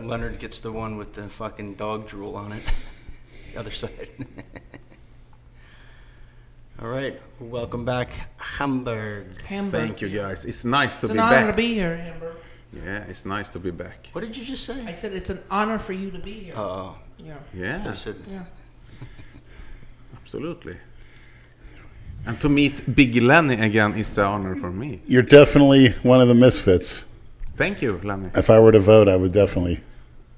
Leonard gets the one with the fucking dog drool on it. the other side. All right, welcome back, Hamburg. Hamburg. Thank you guys. It's nice to It's be an honor back. to be here, Amber. yeah, it's nice to be back. What did you just I say? said it's an honor for you to be here. Oh, yeah. Yeah, I said Yeah. absolutely. And to meet Big Lenny again is an honor for me. You're definitely one of the misfits. Thank you, Lenny. If I were to vote, I would definitely.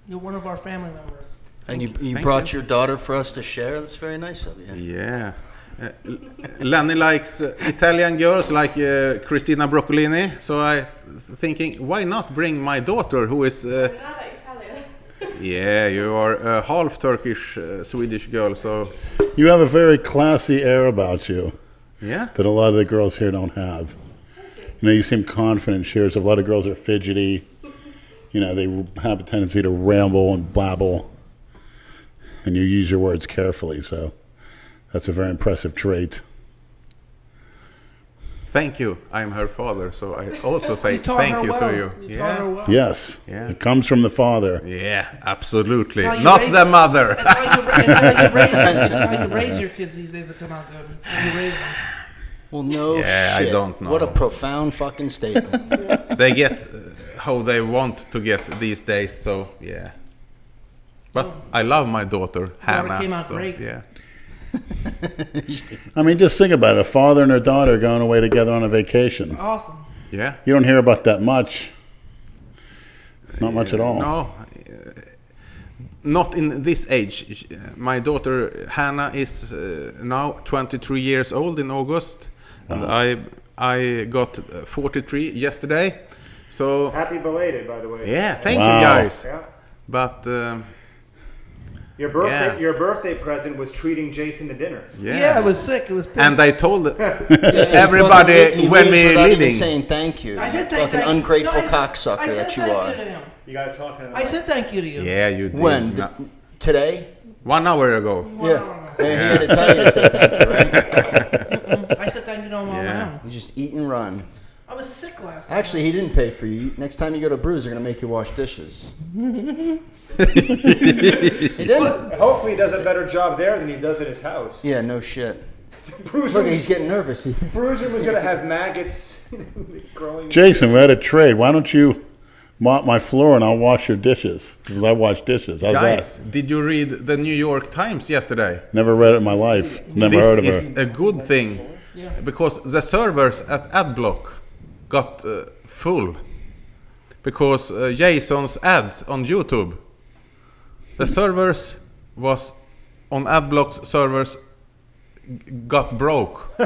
You're one of our family members. And you, you Thank brought you. your daughter for us to share. That's very nice of you. Yeah. Uh, L- Lenny likes uh, Italian girls like uh, Christina Broccolini, so I thinking why not bring my daughter who is uh, Not Italian. yeah you are a half Turkish uh, Swedish girl so You have a very classy air about you yeah that a lot of the girls here don't have. You know, you seem confident, Shears. A lot of girls are fidgety. You know, they have a tendency to ramble and blabble, and you use your words carefully. So, that's a very impressive trait. thank you I'm her father so I also You say taught thank her you well. to you, You yeah taught her well. Yes, Yeah. it comes from the father. yeah absolutely That's how you not raise- the mother That's how you, ra- that's how you raise your kids. That's how you raise your kids these days that come out good. That's how you raise them. Well, no Yeah, I shit. don't know. What a profound fucking statement. they get uh, how they want to get these days. So yeah, but I love my daughter Hannah. Oh. came out so, great. Yeah, I mean, just think about it: a father and a daughter going away together on a vacation. Awesome. yeah. You don't hear about that much. Not much at all. No, uh, not in this age. Sh- uh, My daughter Hannah is uh, now 23 years old in August, and Uh-huh. I I got uh, 43 yesterday. So Happy belated, by the way. yeah, thank Wow. you guys. Yeah. But um, Your birthday, Yeah. your birthday present was treating Jason to dinner. yeah. Yeah. it was sick. It was pissed. and I told He everybody fucking- he when leaves we're without even leaving. saying thank you. I you said thank fucking thank- ungrateful No, I said- I cocksucker said that you thank are. to him. You got to talk in the I said thank you to you. Yeah, you did. When? No. The- today? One hour ago. Yeah. Man, he had to tell you to say thank you, right? I said thank you to him all Yeah. around. You just eat and run. I was sick last night. Actually, he didn't pay for you. Next time you go to Brews, they're going to make you wash dishes. he didn't? Hopefully, he does a better job there than he does at his house. Yeah, no shit. Bruiser, Look, he's getting nervous. He thinks, Bruiser was gonna have maggots growing. Jason, we had a trade. Why don't you mop my floor and I'll wash your dishes? Because I wash dishes. How's Guys, that? did you read the New York Times yesterday? Never read it in my life. Never this heard of is her. a good thing because the servers at Adblock got uh, full because uh, Jason's ads on YouTube. The servers was on Adblock's servers g- got broke.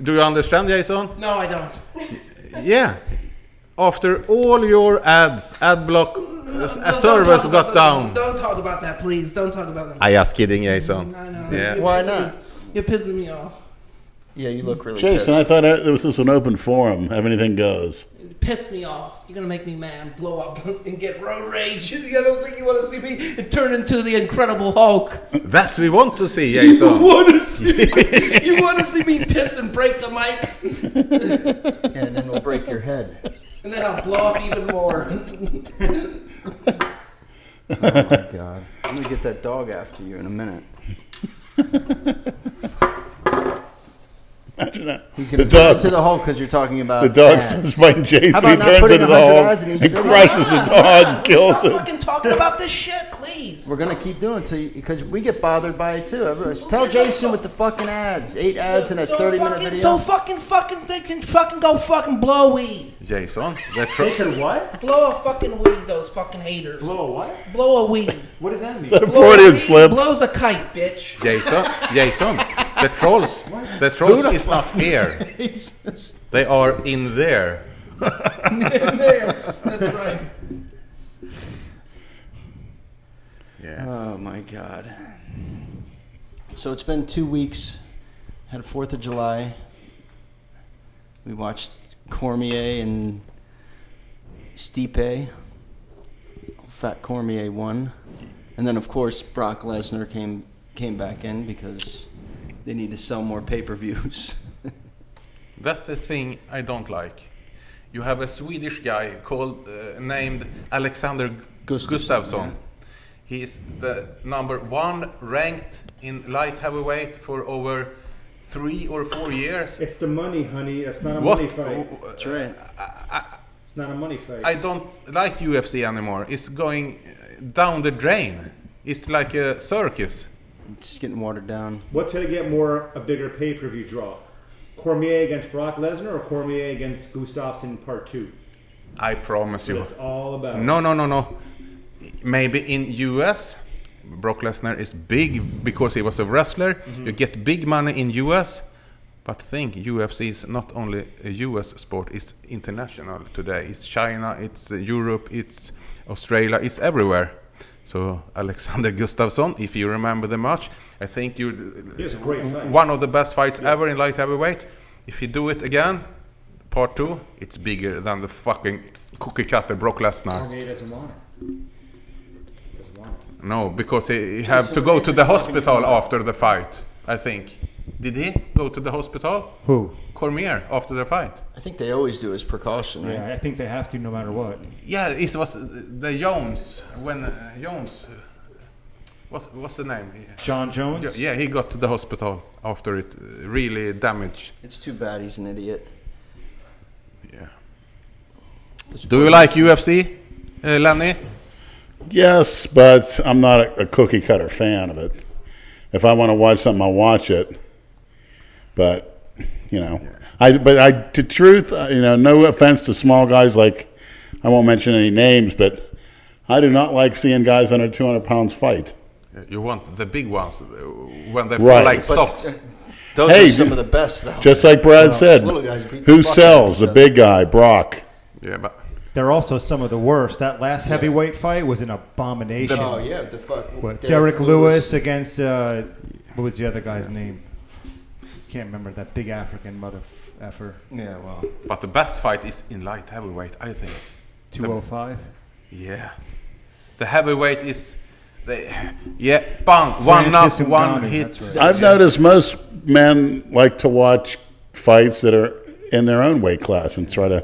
Do you understand, Jason? No, I don't. Yeah. After all your ads, Adblock s- No, uh, don't servers talk got about- down. Don't talk about that, please. Don't talk about that. I just kidding, Jason. I know. Yeah. You're Why pissing not? Me. You're pissing me off. yeah, you look really Jason, I pissed. thought I, this was an open forum. Have anything goes. You piss me off. You're gonna make me mad, blow up, and get road rage. You don't think you want to see me turn into the Incredible Hulk? That we want to see, You Jason. want to see? Me, you want to see me piss and break the mic, and then we'll break your head. and then I'll blow up even more. My God. I'm going to get that dog after you in a minute. Imagine that. He's going The to turn dog- into the Hulk because you're talking about The dog ads. starts fighting How Jason. about He not turns putting into the 100 Hulk ads in each and video? crushes the dog, Stop kills it. fucking talking about this shit, please. We're gonna keep doing it till you because we get bothered by it too. Everybody- Tell Jason with the fucking ads, eight ads in a thirty-minute fucking- video. So fucking fucking they can fucking go fucking blow weed. Jason, the tr- Jason, what? Blow a fucking weed, those fucking haters. Blow a what? Blow a weed. What does that mean? Blow a Freudian weed. slip. Blows a kite, bitch. Jason, Jason, the trolls, the trolls is not here. They are in there. That's right. Yeah. oh my god! So it's been two weeks. Had Fourth of July. We watched Cormier and Stipe. Fat Cormier won, and then of course Brock Lesnar came came back in because they need to sell more pay-per-views. That's the thing I don't like. you have a Swedish guy called uh, named Alexander Gustafsson. Gustafsson, Gustafsson. He is the number one ranked in light heavyweight for over three or four years. It's the money, honey. It's not a What? money fight. That's right. It's not a money fight. I don't like UFC anymore. It's going uh, down the drain. It's like a circus. It's getting watered down. What's going to get more a bigger pay per view draw? Cormier against Brock Lesnar or Cormier against Gustafsson Part Two? I promise you. It's all about. No, no, no, no. Maybe in US, Brock Lesnar is big because he was a wrestler. You get big money in US, but think UFC is not only a US sport; it's international today. It's China, it's uh, Europe, it's Australia, it's everywhere. So Alexander Gustafsson, if you remember the match, I think you It was a great fight. one of the best fights ever in light heavyweight. If you do it again, part two, it's bigger than the fucking cookie cutter Brock Lesnar. Cormier doesn't want it. Doesn't want it. No, because he, he had to go to the hospital after the fight. I think. Did he go to the hospital? Who? Cormier after the fight. I think they always do as precaution, right? Yeah, I think they have to no matter what. Yeah, it was the Jones when uh, Jones. What's what's the name? John Jones. Yeah, Yeah, he got to the hospital after it uh, really damaged. It's too bad he's an idiot. Yeah. Do you like UFC, uh, Lenny? Yes, but I'm not a, a cookie cutter fan of it. If I want to watch something, I'll watch it. But you know, I but I to truth, uh, you know, no offense to small guys like I won't mention any names, but I do not like seeing guys under 200 pounds fight. You want the big ones uh, when they Right. feel like But, stocks. uh, Those Hey, are some you- of the best, though. Just like Brad said, little guys beat the who fuck out of sells each the other. big guy, Brock? Yeah, but They're also some of the worst. That last heavyweight fight was an abomination. oh yeah, the fuck. What, Derek Lewis, against uh, what was the other guy's name? Can't remember that big African mother effer. Yeah, well, but the best fight is in light heavyweight, I think. Two oh five. Yeah. The heavyweight is the yeah, bang, one knock, Francis one Ngannou, hit. that's I've noticed most men like to watch fights that are in their own weight class and try to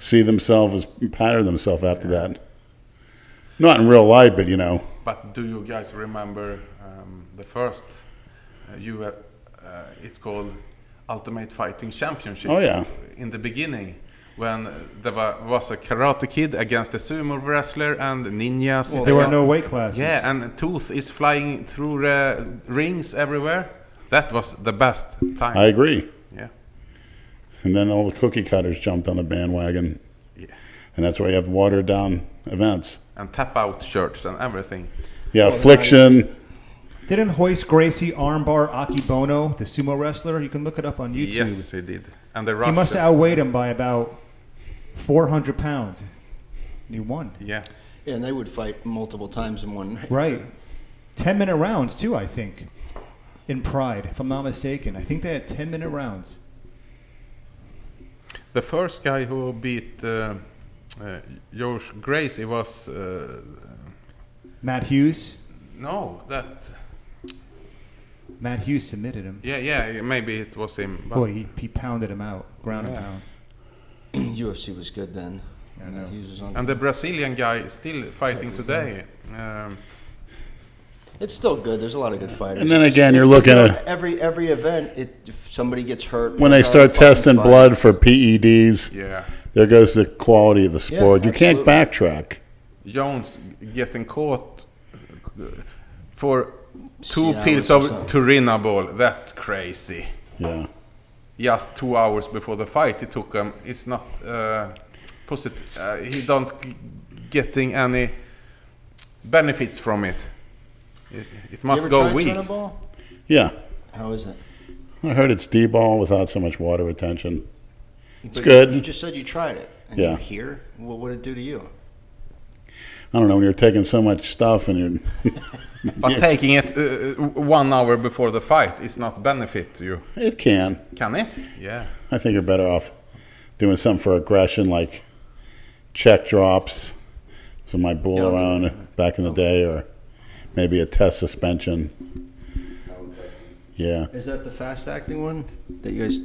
see themselves as pattern themselves after that. Not in real life, but you know, But do you guys remember um, the first uh, you uh, uh, it's called Ultimate Fighting Championship. Oh, yeah. In the beginning when uh, there wa- was a karate kid against a sumo wrestler and ninjas. there were against- no weight classes. Yeah, and tooth is flying through the rings everywhere. That was the best time. I agree. yeah. And then all the cookie cutters jumped on the bandwagon, Yeah. and that's why you have watered down events. And tap out shirts and everything. Yeah, affliction. Didn't Hoist Gracie armbar Akibono, the sumo wrestler? You can look it up on YouTube. Yes, he did. And the he Russian. must have outweighed him by about four hundred pounds. He won. Yeah. yeah, and they would fight multiple times in one night. Right. 10 minute rounds, too, I think, in Pride, if I'm not mistaken. I think they had 10 minute rounds. The first guy who beat uh, uh, Josh Gracie was. Uh, Matt Hughes. no, that. Matt Hughes submitted him. Yeah, yeah, maybe it was him. But Boy, he, he pounded him out, ground and pound. UFC was good then. I know. Hughes was on- And the Brazilian guy is still fighting today. Um, It's still good. There's a lot of good fighters. And then again, you're looking at every every event. It, if somebody gets hurt, when they it's hard start to fucking testing fight. blood for PEDs. yeah. There goes the quality of the Yeah, sport. you can't backtrack. Jones getting caught uh, for two Yeah, pills I of was also- Turinabol. That's crazy. Yeah. Just two hours before the fight, he took him. It's not uh, positive. Uh, he don't g- getting any benefits from it. It, it You must ever go tried weeks. Trinabol? Yeah. How is it? I heard it's D-ball without so much water retention. It's good. You just said you tried it. And Yeah. You here, what would it do to you? I don't know when you're taking so much stuff and you're But taking it uh, w- one hour before the fight is not benefit to you, it can. can it? Yeah. I think you're better off doing something for aggression like check drops for my bull Yeah. around back in the day or maybe a test suspension. Yeah. Is that the fast acting one that you guys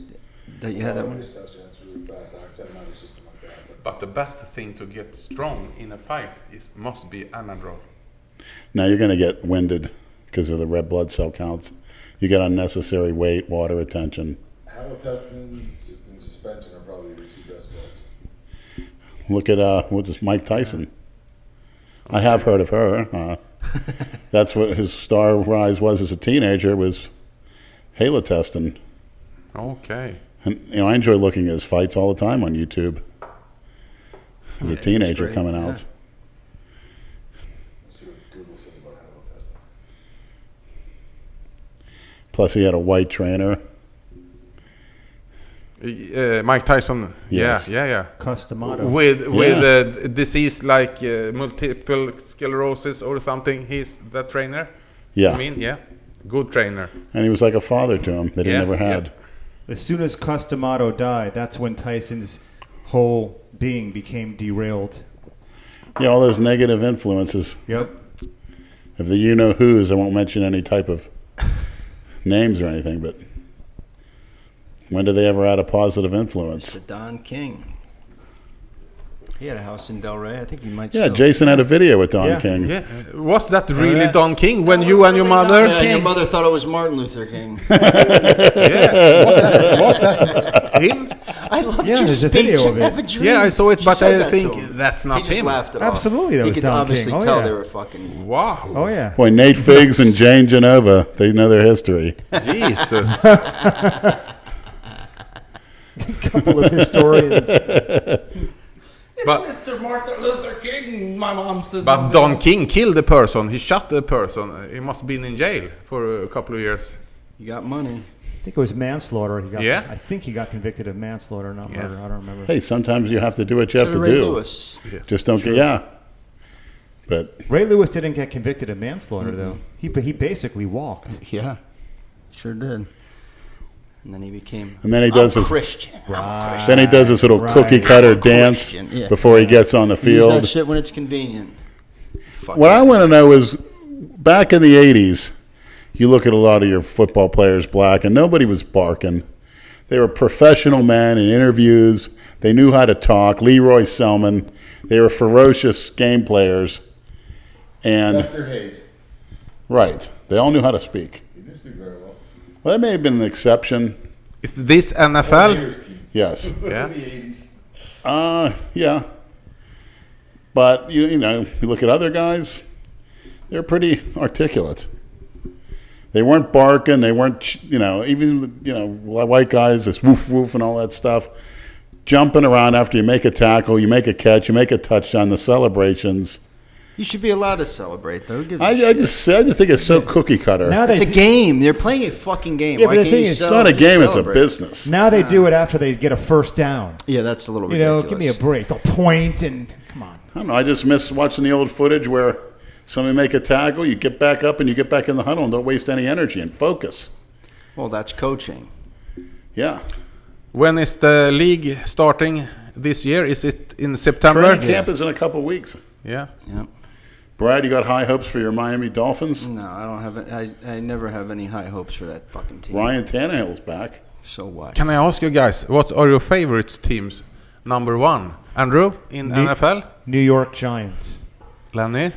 that you had that one? Just touched it. It's really fast. I kept my- it's just like that. But the best thing to get strong in a fight is must be Anadrol. Now you're going to get winded because of the red blood cell counts. You get unnecessary weight, water retention. Hamilton and suspension are probably your two best ones. Look at uh, what's this, Mike Tyson. I have heard of her. Uh, that's what his star rise was as a teenager was halotestin. testing. Okay. And you know, I enjoy looking at his fights all the time on YouTube. As a he's teenager great, coming yeah. out. Let's see what Google says about Hamilton. Plus, he had a white trainer. Uh, Mike Tyson. Yes. Yeah, yeah, yeah. Customato. With with a disease like uh, multiple sclerosis or something, he's the trainer. Yeah. I mean, yeah, good trainer. and he was like a father to him that he Yeah, never yeah. had. As soon as Customato died, that's when Tyson's whole being became derailed. Yeah, all those negative influences Yep. of the you know who's. I won't mention any type of names or anything, but when did they ever add a positive influence? The Don King. He had a house in Del Rey. I think he might. Yeah, still. Jason had a video with Don Yeah. King. Yeah, Uh, was that really yeah. Don King when you and your mother? Yeah, your mother thought it was Martin Luther King. Yeah, was that, was that him? I love Yeah, your there's a speech. video I of it. have a dream. Yeah, I saw it, She but said I that to think him. that's not he just him. laughed it Absolutely, that off. He was could Don obviously King. Oh, tell yeah. they were fucking. Wow, Oh yeah. Boy, Nate Figs and Jane Genova, they know their history. Jesus. Couple of historians. But Mr. Martin Luther King, my mom says. but Don King killed a person. He shot a person. He must have been in jail for a couple of years. You got money. I think it was manslaughter. He got. Yeah. I think he got convicted of manslaughter, not Yeah. murder. I don't remember. Hey, sometimes you have to do what you have to Ray do. Lewis. Just don't get, yeah. But, Ray Lewis didn't get convicted of manslaughter though. He he basically walked. Yeah, sure did. And then he became. and then he does I'm his, Christian. I'm Christian. then he does his little Right. cookie cutter dance Christian, yeah. before he gets on the Use field. that shit when it's convenient. Fuck What it. I want to know is, back in the '80s, you look at a lot of your football players black, and nobody was barking. They were professional men in interviews. They knew how to talk. Leroy Selman. They were ferocious game players, and Lester Hayes. right, they all knew how to speak. He didn't speak very well. Well, that may have been an exception. Is this NFL? Here's team. Yes. Yeah. In the 80s. Uh, yeah. But you you know, you look at other guys, they're pretty articulate. They weren't barking. They weren't ch- you know even you know white guys this woof woof and all that stuff, jumping around after you make a tackle, you make a catch, you make a touchdown. The celebrations. You should be allowed to celebrate, though. Give a I, shit. I just I just think it's so cookie cutter. Now they it's a do- game. They're playing a fucking game. Yeah, Why but the can't thing you is, it's cel- not a game. It's a celebrate? business. now they do it after they get a first down. Yeah, that's a little You know, ridiculous. give me a break. They'll point and come on. I don't know. I just miss watching the old footage where somebody make a tackle, you get back up and you get back in the huddle and don't waste any energy and focus. Well, that's coaching. Yeah. When is the league starting this year? Is it in September? Training camp is in a couple weeks. Yeah. Yep. Brad, you got high hopes for your Miami Dolphins. No, I don't have. Any, I I never have any high hopes for that fucking team. Ryan Tannehill's back. So what? Can I ask you guys, what are your favorite teams? Number one, Andrew in Me- NFL. New York Giants. Lenny.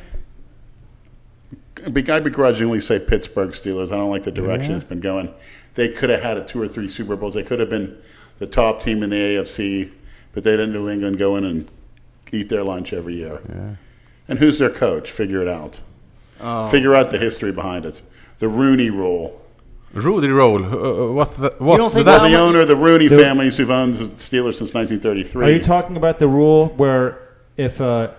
Be- I begrudgingly say Pittsburgh Steelers. I don't like the direction it's been going. They could have had a two or three Super Bowls. They could have been the top team in the AFC, but they let New England go in and eat their lunch every year. And who's their coach? Figure it out. Oh. Figure out the history behind it. The Rooney Rule. Rudy Roll. Uh, what the, don't what's think that? the owner of the Rooney The- family who've owned the Steelers since 1933. Are you talking about the rule where if a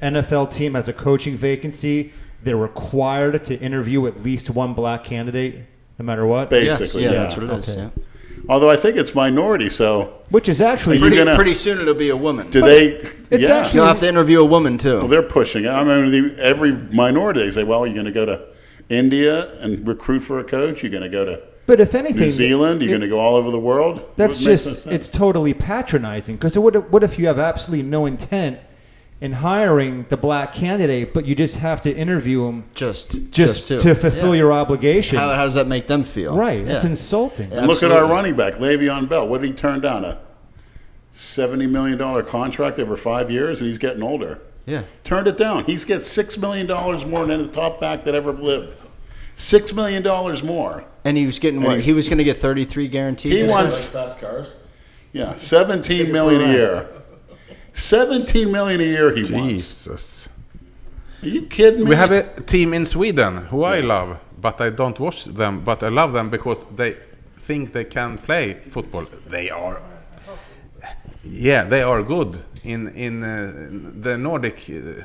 NFL team has a coaching vacancy, they're required to interview at least one black candidate, no matter what? Basically, yeah, yeah. that's what it is. Okay. yeah. Although I think it's minority, so Which is actually Are you Pretty, gonna- pretty soon it'll be a woman. Do they? It's yeah. actually- You'll have to interview a woman too. well, they're pushing it. I mean, the, every minority they say, "Well, you're going to go to India and recruit for a coach. You're going to go to But if anything, New Zealand. You're it- going to go all over the world." That's What makes just no sense? it's totally patronizing because what if- what if you have absolutely no intent in hiring the black candidate, but you just have to interview him just, just, to, to, fulfill your obligation? How, how does that make them feel? right? It's Yeah. insulting. Yeah. And look at our absolutely. running back, Le'Veon Bell. What did he turn down? A seventy million dollar contract over five years, and he's getting older. Yeah. Turned it down. He's got six million dollars more than the top back that ever lived. Six million dollars more. And he was getting what? he's- He was going to get 33 guaranteed. He or wants- Like fast cars. Yeah, seventeen million a year. Seventeen million a year he wants. Jesus. Are you kidding me? We have a team in Sweden who I love, but I don't watch them. But I love them because they think they can play football. They are, yeah, they are good in in uh, the Nordic. Uh,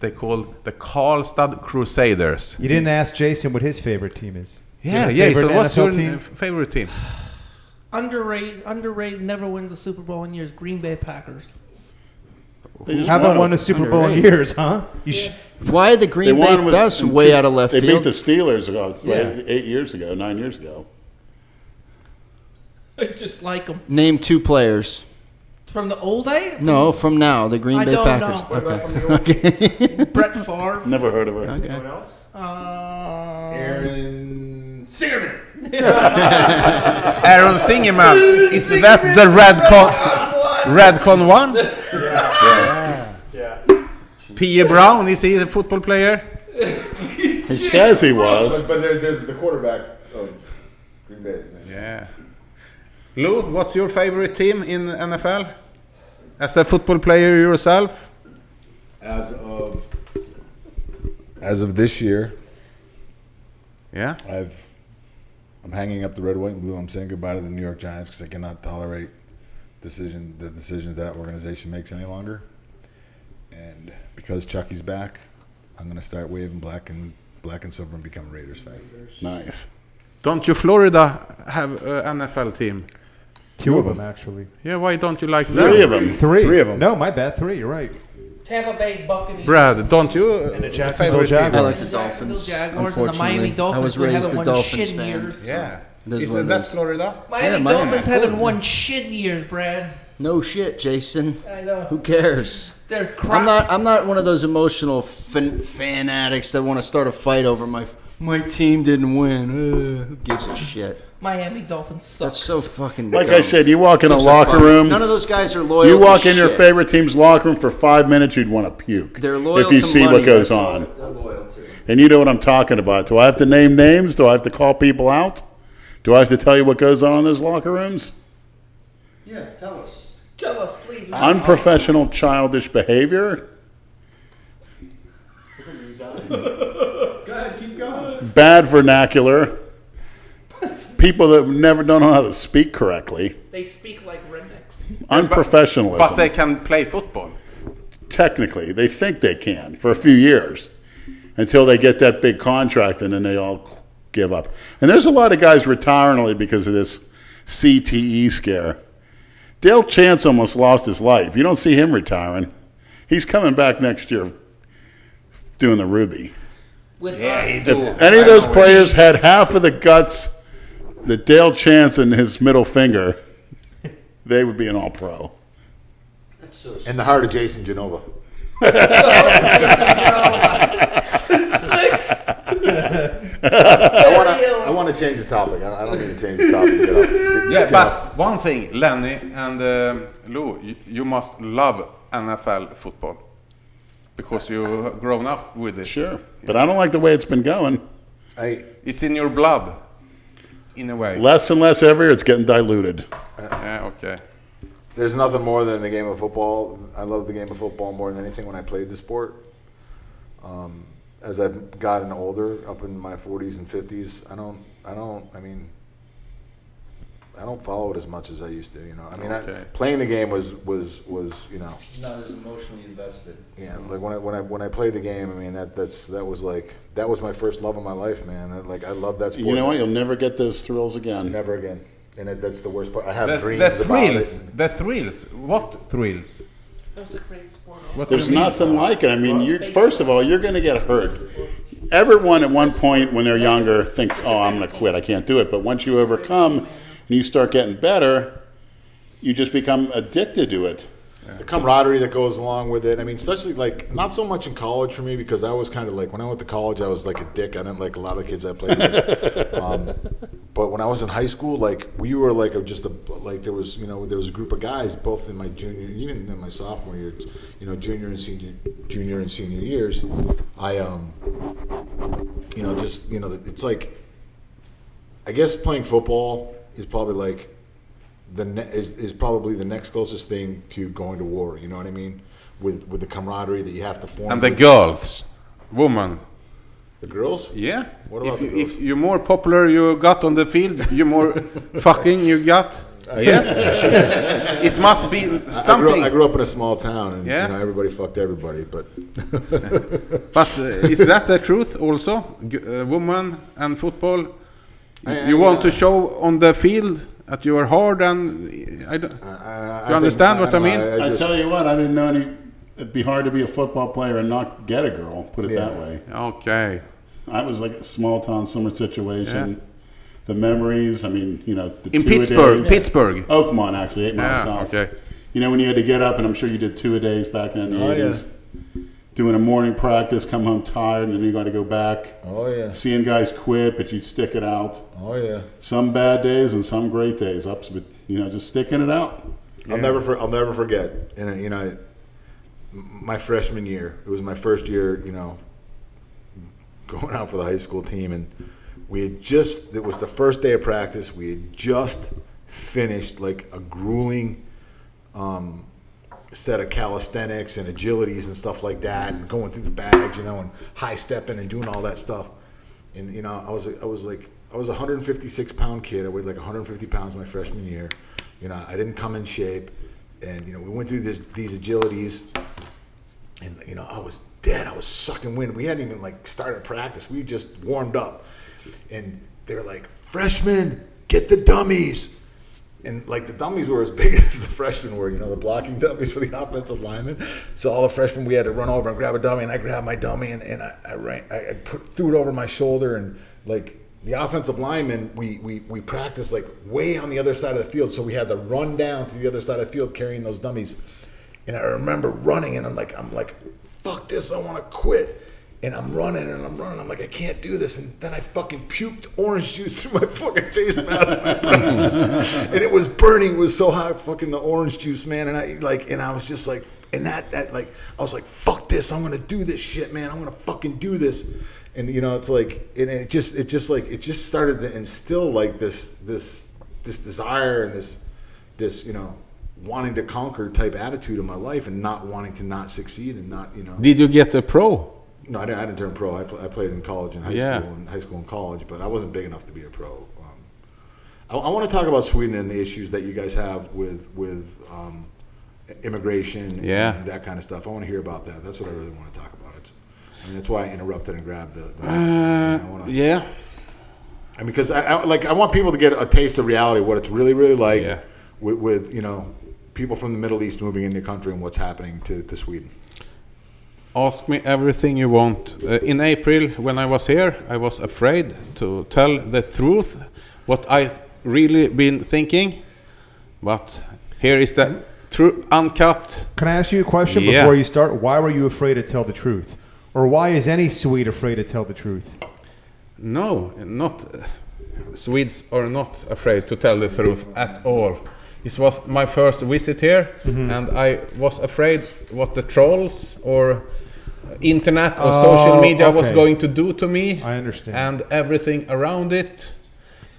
they call the Karlstad Crusaders. You didn't ask Jason what his favorite team is. Yeah, His yeah. favorite So what's NFL your team? uh, favorite team? Underrated, underrated, never win the Super Bowl in years. Green Bay Packers. They just Haven't won. won a Super Bowl in Underrated. years, huh? You sh- Why the They Green Bay? won with That's in way two- out of left they field. beat the Steelers uh, it's like Yeah. eight years ago, nine years ago. I just like them Name two players. from the old day. No, from now, the Green I Bay don't Packers. know. Okay. Brett Favre. Never heard of her. Anyone else? Uh, Aaron Singerman. Aaron Singerman. Is that the Radcon? Radcon one? Yeah. Pia E Brown. Is he a football player? He says he was. But, but there, there's the quarterback of Green Bay. Isn't it? Yeah. Lou, what's your favorite team in NFL? As a football player yourself? As of as of this year, Yeah. I've I'm hanging up the red, white, and blue. I'm saying goodbye to the New York Giants because I cannot tolerate decision the decisions that organization makes any longer. And because Chucky's back, I'm gonna start waving black and black and silver and become a Raiders fan. Nice. Don't you Florida have an NFL team? two of them, actually. Yeah, why don't you like Three them? of them. Three. Three of 'em. No, my bad. Three. You're right. Tampa Bay Buccaneers. Brad, don't you? uh, the Jacksonville favorite Jaguars. team? I like the Jacksonville Dolphins. Jaguars and the unfortunately. Miami Dolphins. I was who raised haven't a won Dolphins shit in fan. years. Yeah. It is Is what not it that is. Florida? Miami Yeah, Miami Dolphins got haven't fooled. won shit in years, Brad. No shit, Jason. I know. Who cares? They're crap. I'm not. I'm not one of those emotional fan, fanatics that want to start a fight over my my team didn't win. Uh, who gives a shit? Miami Dolphins suck. That's so fucking. Like dumb. I said, you walk in a Those are locker fucking- room. None of those guys are loyal. You to walk in your shit. favorite team's locker room for five minutes, you'd want to puke. They're loyal if you to see money. what goes on. And you know what I'm talking about. Do I have to name names? Do I have to call people out? Do I have to tell you what goes on in those locker rooms? Yeah, tell us. Tell us, please. man. Unprofessional, childish behavior, Go ahead, keep going. bad vernacular, people that never don't know how to speak correctly, They speak like rednecks. unprofessionalism. But they can play football. technically they think they can for a few years until they get that big contract and then they all give up and there's a lot of guys retiring early because of this cte scare dale chance almost lost his life you don't see him retiring he's coming back next year doing the ruby With us. if any of those players had half of the guts that dale chance and his middle finger they would be an all pro In the heart of Jason Genova. I want to. I want to change the topic. I I don't need to change the topic. Get off- get- Yeah, get off. but one thing, Lenny and um, Lou, you, you must love NFL football because you've grown up with it. sure but i don't like the way it's been going I It's in your blood, in a way. Less and less every year, it's getting diluted. yeah, okay. there's nothing more than the game of football. I love the game of football more than anything when I played the sport. Um, as I've gotten older, up in my 40s and 50s, I don't, I don't, I mean, I don't follow it as much as I used to. You know, I mean, I, Okay. playing the game was was was you know, not as emotionally invested. yeah, like when I when I when I played the game, I mean that that's that was like that was my first love of my life, man. That, like I love that sport. You know what? You'll never get those thrills again. Never again. And that, that's the worst part. I have The, dreams the about thrills, it. the thrills. What thrills? That was a great sport. What There's do you mean? nothing like it. I mean, you're, first of all, you're going to get hurt. Everyone at one point when they're younger thinks, "Oh, I'm going to quit. I can't do it." But once you overcome and you start getting better, you just become addicted to it. the camaraderie that goes along with it. I mean, especially like not so much in college for me because I was kind of like when I went to college, I was like a dick. I didn't like a lot of the kids I played with. um, But when I was in high school, like we were like a, just a like there was you know there was a group of guys both in my junior even in my sophomore year, you know junior and senior junior and senior years. I um you know just you know it's like I guess playing football is probably like the ne- is is probably the next closest thing to going to war. You know what I mean? With with the camaraderie that you have to form. And the with girls, woman, the girls. yeah. What about if, you, the girls? if you more popular you got on the field, you more fucking you got. yes, it must be I grew, something. I grew up in a small town, and Yeah. you know everybody fucked everybody. But But uh, is that the truth also? G- uh, woman and football, I- you I- uh, want to yeah. show on the field that you are hard and I don't. I, I You understand what I mean? I, just- tell you what, I didn't know any. It'd be hard to be a football player and not get a girl. Put it that Yeah. way. Okay. I was like a small town similar situation. Yeah. The memories. I mean, you know, the In two-a-days. Pittsburgh, Pittsburgh. Oakmont actually, eight miles Yeah, south. okay. You know, when you had to get up, and I'm sure you did two a days back then in the Oh, yeah. 80s. Doing a morning practice, come home tired, and then you got to go back. Oh yeah. Seeing guys quit, but you stick it out. Oh yeah. Some bad days and some great days. Ups, but you know, just sticking it out. I'll never for, I'll never forget. And uh, you know, m- my freshman year, it was my first year. You know, going out for the high school team, and we had just it was the first day of practice. We had just finished like a grueling um, set of calisthenics and agilities and stuff like that, and going through the bags, you know, and high stepping and doing all that stuff. And you know, I was I was like I was a 156 pound kid. I weighed like 150 pounds my freshman year. You know, I didn't come in shape, and you know, we went through this, these agilities, and you know, I was dead. I was sucking wind. We hadn't even like started practice. We just warmed up, and they're like, "Freshmen, get the dummies." And like the dummies were as big as the freshmen were, you know, the blocking dummies for the offensive linemen. So all the freshmen, we had to run over and grab a dummy, and I grabbed my dummy and, and I, I ran, I, I put, threw it over my shoulder, and like the offensive linemen, we, we we practiced like way on the other side of the field, so we had to run down to the other side of the field carrying those dummies. And I remember running, and I'm like, I'm like, fuck this, I want to quit. And I'm running and I'm running. I'm like, I can't do this. And then I fucking puked orange juice through my fucking face mask. when I practiced. and it was burning. It was so hot, fucking the orange juice, man. And I like, and I was just like, and that that like, I was like, fuck this. I'm gonna do this shit, man. I'm gonna fucking do this. And you know, it's like, and it just, it just like, it just started to instill like this, this, this desire and this, this, you know, wanting to conquer type attitude in my life and not wanting to not succeed and not, you know. Did you get a pro? No, I didn't, I didn't turn pro. I, pl- I played in college and high Yeah. school and high school and college, but I wasn't big enough to be a pro. Um, I, I want to talk about Sweden and the issues that you guys have with with um, immigration, Yeah. and that kind of stuff. I want to hear about that. That's what I really want to talk about. It's, I mean, that's why I interrupted and grabbed the. the I wanna- Uh, Yeah. I mean, because I, I like I want people to get a taste of reality, what it's really, really like Yeah. with, with you know people from the Middle East moving into the country and what's happening to, to Sweden. Ask me everything you want. Uh, in April, when I was here, I was afraid to tell the truth, what I really been thinking. But here is the true, uncut. Can I ask you a question Yeah. before you start? Why were you afraid to tell the truth? Or why is any Swede afraid to tell the truth? No, not Swedes are not afraid to tell the truth at all. This was my first visit here, Mm-hmm. and I was afraid what the trolls or internet or social Oh, media was okay. going to do to me. I understand. And everything around it.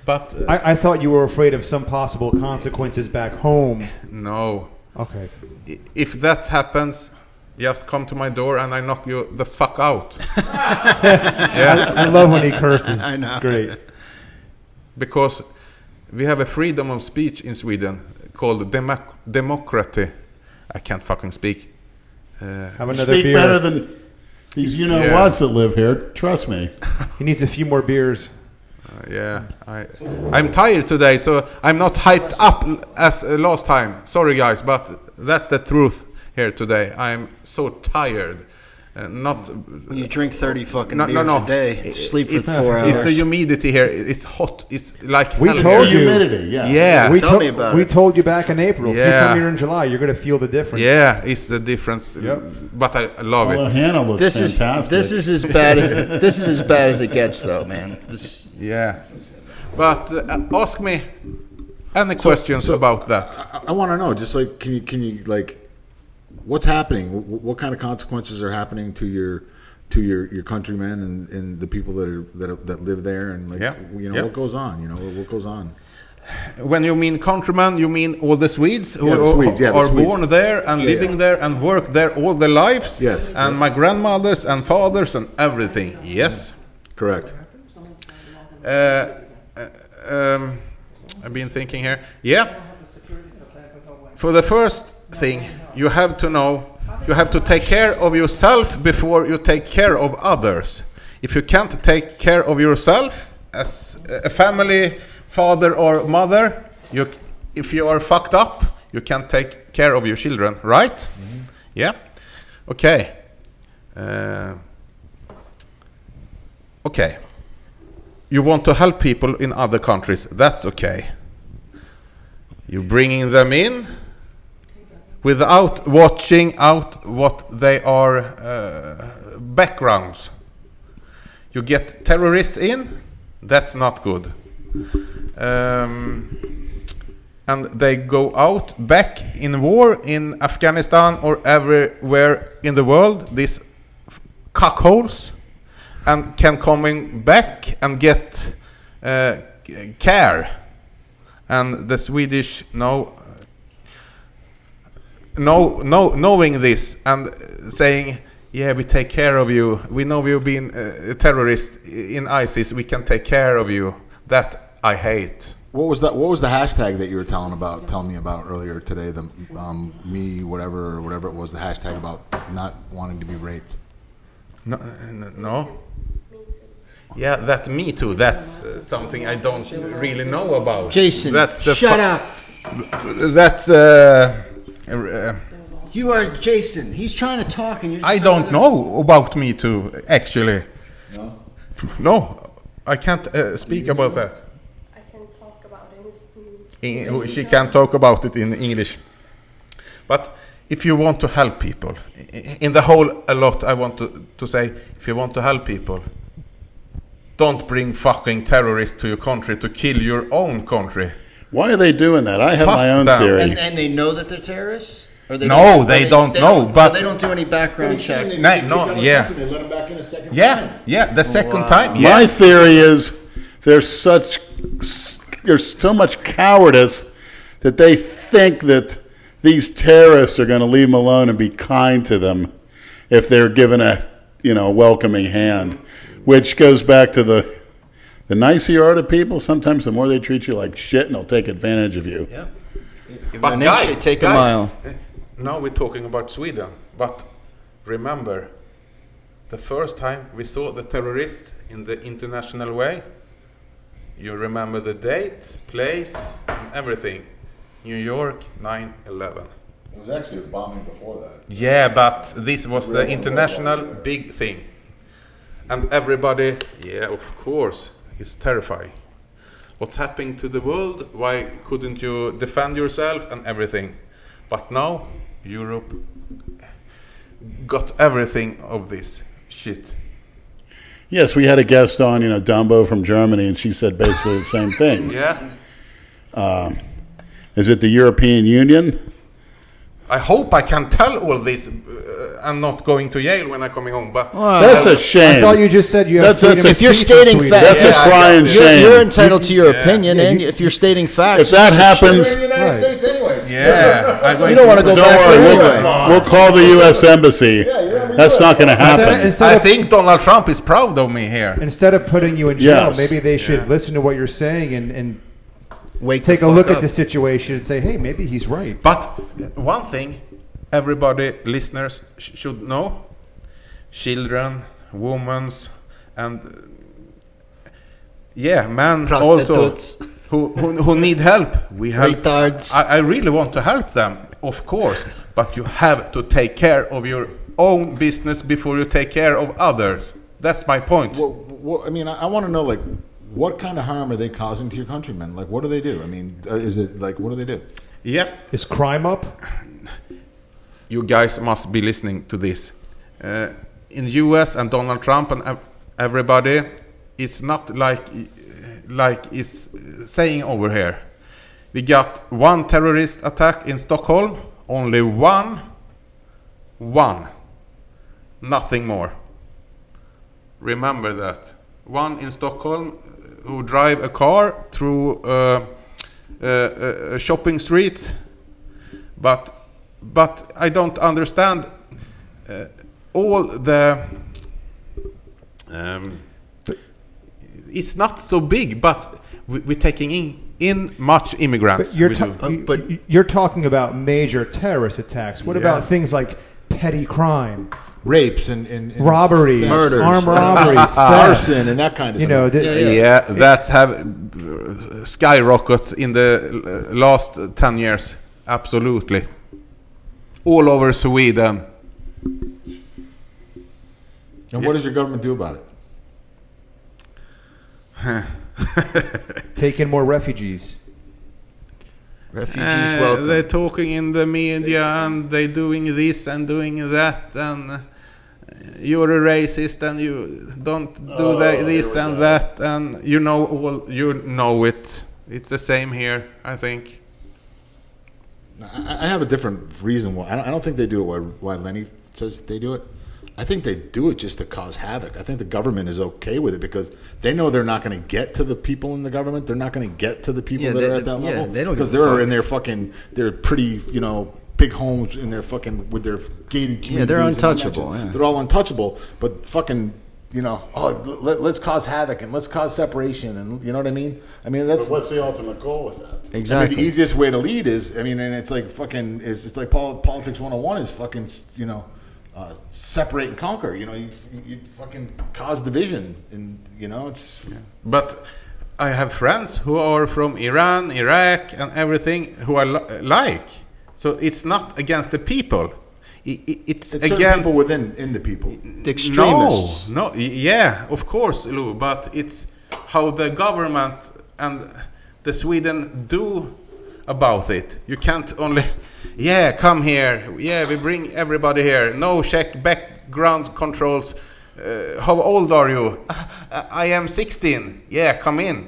But uh, I, I thought you were afraid of some possible consequences back home. no, Okay. I- if that happens, just come to my door and I knock you the fuck out. yeah, I love when he curses. I know. It's great. because we have a freedom of speech in Sweden called democ- democracy. I can't fucking speak. Have another Speak beer. better than these you know Yeah. whats that live here. Trust me. he needs a few more beers. Uh, Yeah, I, I'm tired today, so I'm not hyped up l- as uh, last time. Sorry, guys, but that's the truth here today. I'm so tired. Uh, not When you drink 30 fucking no, beers no, no. a day, It- sleep for it's, four It's hours. the humidity here. It's hot. It's like We hell told here. The you. humidity. Yeah. Yeah, we tell to- me about we it. told you back in April. If you Yeah. come here in July, you're going to feel the difference. yeah, it's the difference. Yep. But I I love Well, it. Hannah looks this is fantastic. this is as bad as this is as bad as it gets, though, man. This, Yeah. But uh, ask me any questions about that. I, I want to know. Just like, can you can you like, what's happening? What, what kind of consequences are happening to your to your, your countrymen and, and the people that are that are, that live there? And like, Yeah. you know, Yeah. what goes on? You know, what, what goes on? When you mean countrymen, you mean all the Swedes who Yeah, the Swedes, yeah, the are Swedes. born there and living yeah. there and work there all their lives. Yes. And my grandmothers and fathers and everything. Yes. Correct. Uh, um, I've been thinking here. Yeah. For the first thing, you have to know, you have to take care of yourself before you take care of others. If you can't take care of yourself as a family, father or mother, you, if you are fucked up, you can't take care of your children, right? Yeah. Okay. Uh, okay you want to help people in other countries, that's okay. You're bringing them in without watching out what they are uh, backgrounds. You get terrorists in, that's not good. Um, and they go out back in war in Afghanistan or everywhere in the world, these f- cockholes and can coming back and get uh, c- care. And the Swedish know, know, know knowing this and uh, saying, "Yeah, we take care of you. We know you've been uh, a terrorist i- in ISIS. We can take care of you." That I hate. What was that? What was the hashtag that you were telling about? Telling me about earlier today. The um, me whatever or whatever it was. The hashtag about not wanting to be raped. No, n- no. Yeah, that me too. That's uh, something I don't really know about. Jason, that's a shut fu- up. That's. Uh, uh, You are Jason. He's trying to talk, and you're. Just I don't know about Me Too, actually. No. I can't uh, speak about that. I can talk about it. It's- mm, In, she can't talk about it in English. But if you want to help people, i- i- in the whole, a lot I want to, to say if you want to help people, don't bring fucking terrorists to your country to kill your own country. Why are they doing that? I have Fuck my own them. theory. And, uh, and they know that they're terrorists. Or they No, don't, they don't know, so but- they don't do any background checks. No, no, yeah. They let him back in a second. Yeah, yeah, the second time. Yeah. My theory is there's such there's so much cowardice that they think that these terrorists are going to leave them alone and be kind to them if they're given a you know welcoming hand, which goes back to the the nicer you are to people, sometimes the more they treat you like shit and they'll take advantage of you. Yep. But An inch should take a mile. Now we're talking about Sweden, but remember, the first time we saw the terrorists in the international way, you remember the date, place, and everything. New York, 9/11. It was actually a bombing before that. Yeah, but this was the international big thing, and everybody, yeah, of course, is terrifying. What's happening to the world? Why couldn't you defend yourself and everything? But now Europe got everything of this shit. Yes, we had a guest on, you know, Dumbo from Germany, and she said basically the same thing. Yeah, Is it the European Union? I hope I can tell all this. Uh, I'm not going to Yale when I'm coming home, but That's a shame. I thought you just said you have That's- that's freedom a- of If you're speech in stating Sweden. facts- That's Yeah, I a crying got you. You're, shame. you're entitled to your Yeah. opinion, Yeah, and you- if you're stating facts, if that it's- happens, United Right. States, anyways. yeah, I'm going you don't to- want to go don't back worry, there we'll, anyway. we'll call the U.S. Embassy. you're- That's not going to Instead of, happen. instead I of- think Donald Trump is proud of me here. instead of putting you in jail, Yes. maybe they should listen to what you're saying and, and Wake take the a look fuck at up. the situation and say, hey, maybe he's right. But one thing everybody, listeners, sh- should know children, women's, and uh, yeah, men also Prostitutes. who, who, who need help. We help. Retards. I, I really want to help them, of course, but you have to take care of your own business before you take care of others. That's my point. Well, well, I mean, I, I want to know like what kind of harm are they causing to your countrymen? Like, what do they do? I mean, uh, is it like what do they do? yeah. Is crime up? you guys must be listening to this. Uh, in US and Donald Trump and ev- everybody, it's not like uh, like is uh, saying over here. We got one terrorist attack in Stockholm, only one, one, nothing more. Remember that one in Stockholm uh, who drive a car through uh, uh, a a shopping street, but but I don't understand uh, all the. Um, it's not so big, but we, we're taking in, in much immigrants. But you're, we ta- do. Uh, you- but- you- you're talking about major terrorist attacks. What about Yeah. things like petty crime, Rapes and, and, and robberies, thefts. Murders. armed robberies, arson, thefts, and that kind of You know, stuff. the, yeah, that's have uh, skyrocket in the uh, last 10 years absolutely all over sweden and what does your government do about it? take in more refugees. Refugees Uh, welcome. they're talking in the media and they doing this and doing that and uh, you're a racist and you don't do the, this and that and you know all you know it it's the same here i think I, I have a different reason why. I don't, I don't think they do it why, why Lenny says they do it. I think they do it just to cause havoc. I think the government is okay with it because they know they're not going to get to the people in the government. They're not going to get to the people Yeah, that they- are at that yeah, level. they don't give because a they're fuck. in their fucking, they're pretty, you know, big homes in their fucking with their gated communities. Yeah, they're and mansions. untouchable, yeah. They're all untouchable. But fucking, you know, oh, let, let's cause havoc and let's cause separation and you know what I mean. I mean, that's But what's the ultimate goal with that? exactly. I mean, the easiest way to lead is, I mean, and it's like fucking, it's, it's like pol- politics 101 is fucking, you know, uh, separate and conquer. You know, you, you fucking cause division. And, you know, it's, But I have friends who are from Iran, Iraq, and everything who I li- like. So it's not against the people. I- i- It's, it's certain against people within in the people. the extremists. No, no, y- yeah, of course, Lou. But it's how the government and the Sweden do about it. You can't only, yeah, come here. Yeah, we bring everybody here. No check background controls. Uh, how old are you? "Uh, I am 16. Yeah, come in.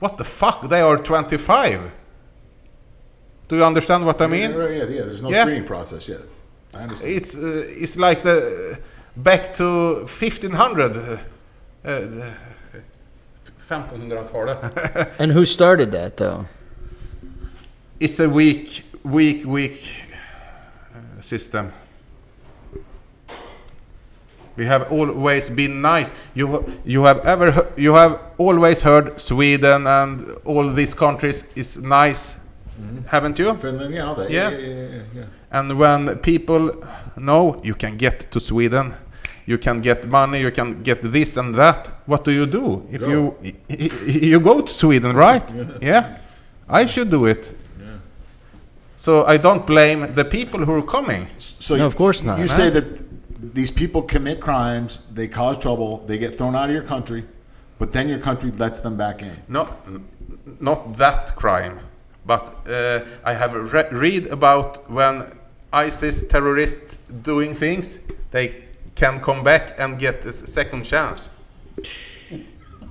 What the fuck? They are 25. Do you understand what I mean? yeah, yeah, yeah, there's no Yeah. screening process yet. I understand. it's uh, it's like the uh, back to 1500 uh, uh, 1500-talet And who started that though? it's a weak weak weak uh, system we have always been nice you ha- you have ever he- you have always heard Sweden and all these countries is nice haven't you Finland, yeah, all that. Yeah. Yeah, yeah, yeah, yeah, yeah. And when people know you can get to Sweden, you can get money, you can get this and that, what do you do? If you y- y- you go to Sweden, right? Yeah. I should do it. So I don't blame the people who are coming. So No, of course not. You say that these people commit crimes, they cause trouble, they get thrown out of your country, but then your country lets them back in. Not not that crime, but uh, I have re- read about when ISIS terrorists doing things, they can come back and get a s- second chance.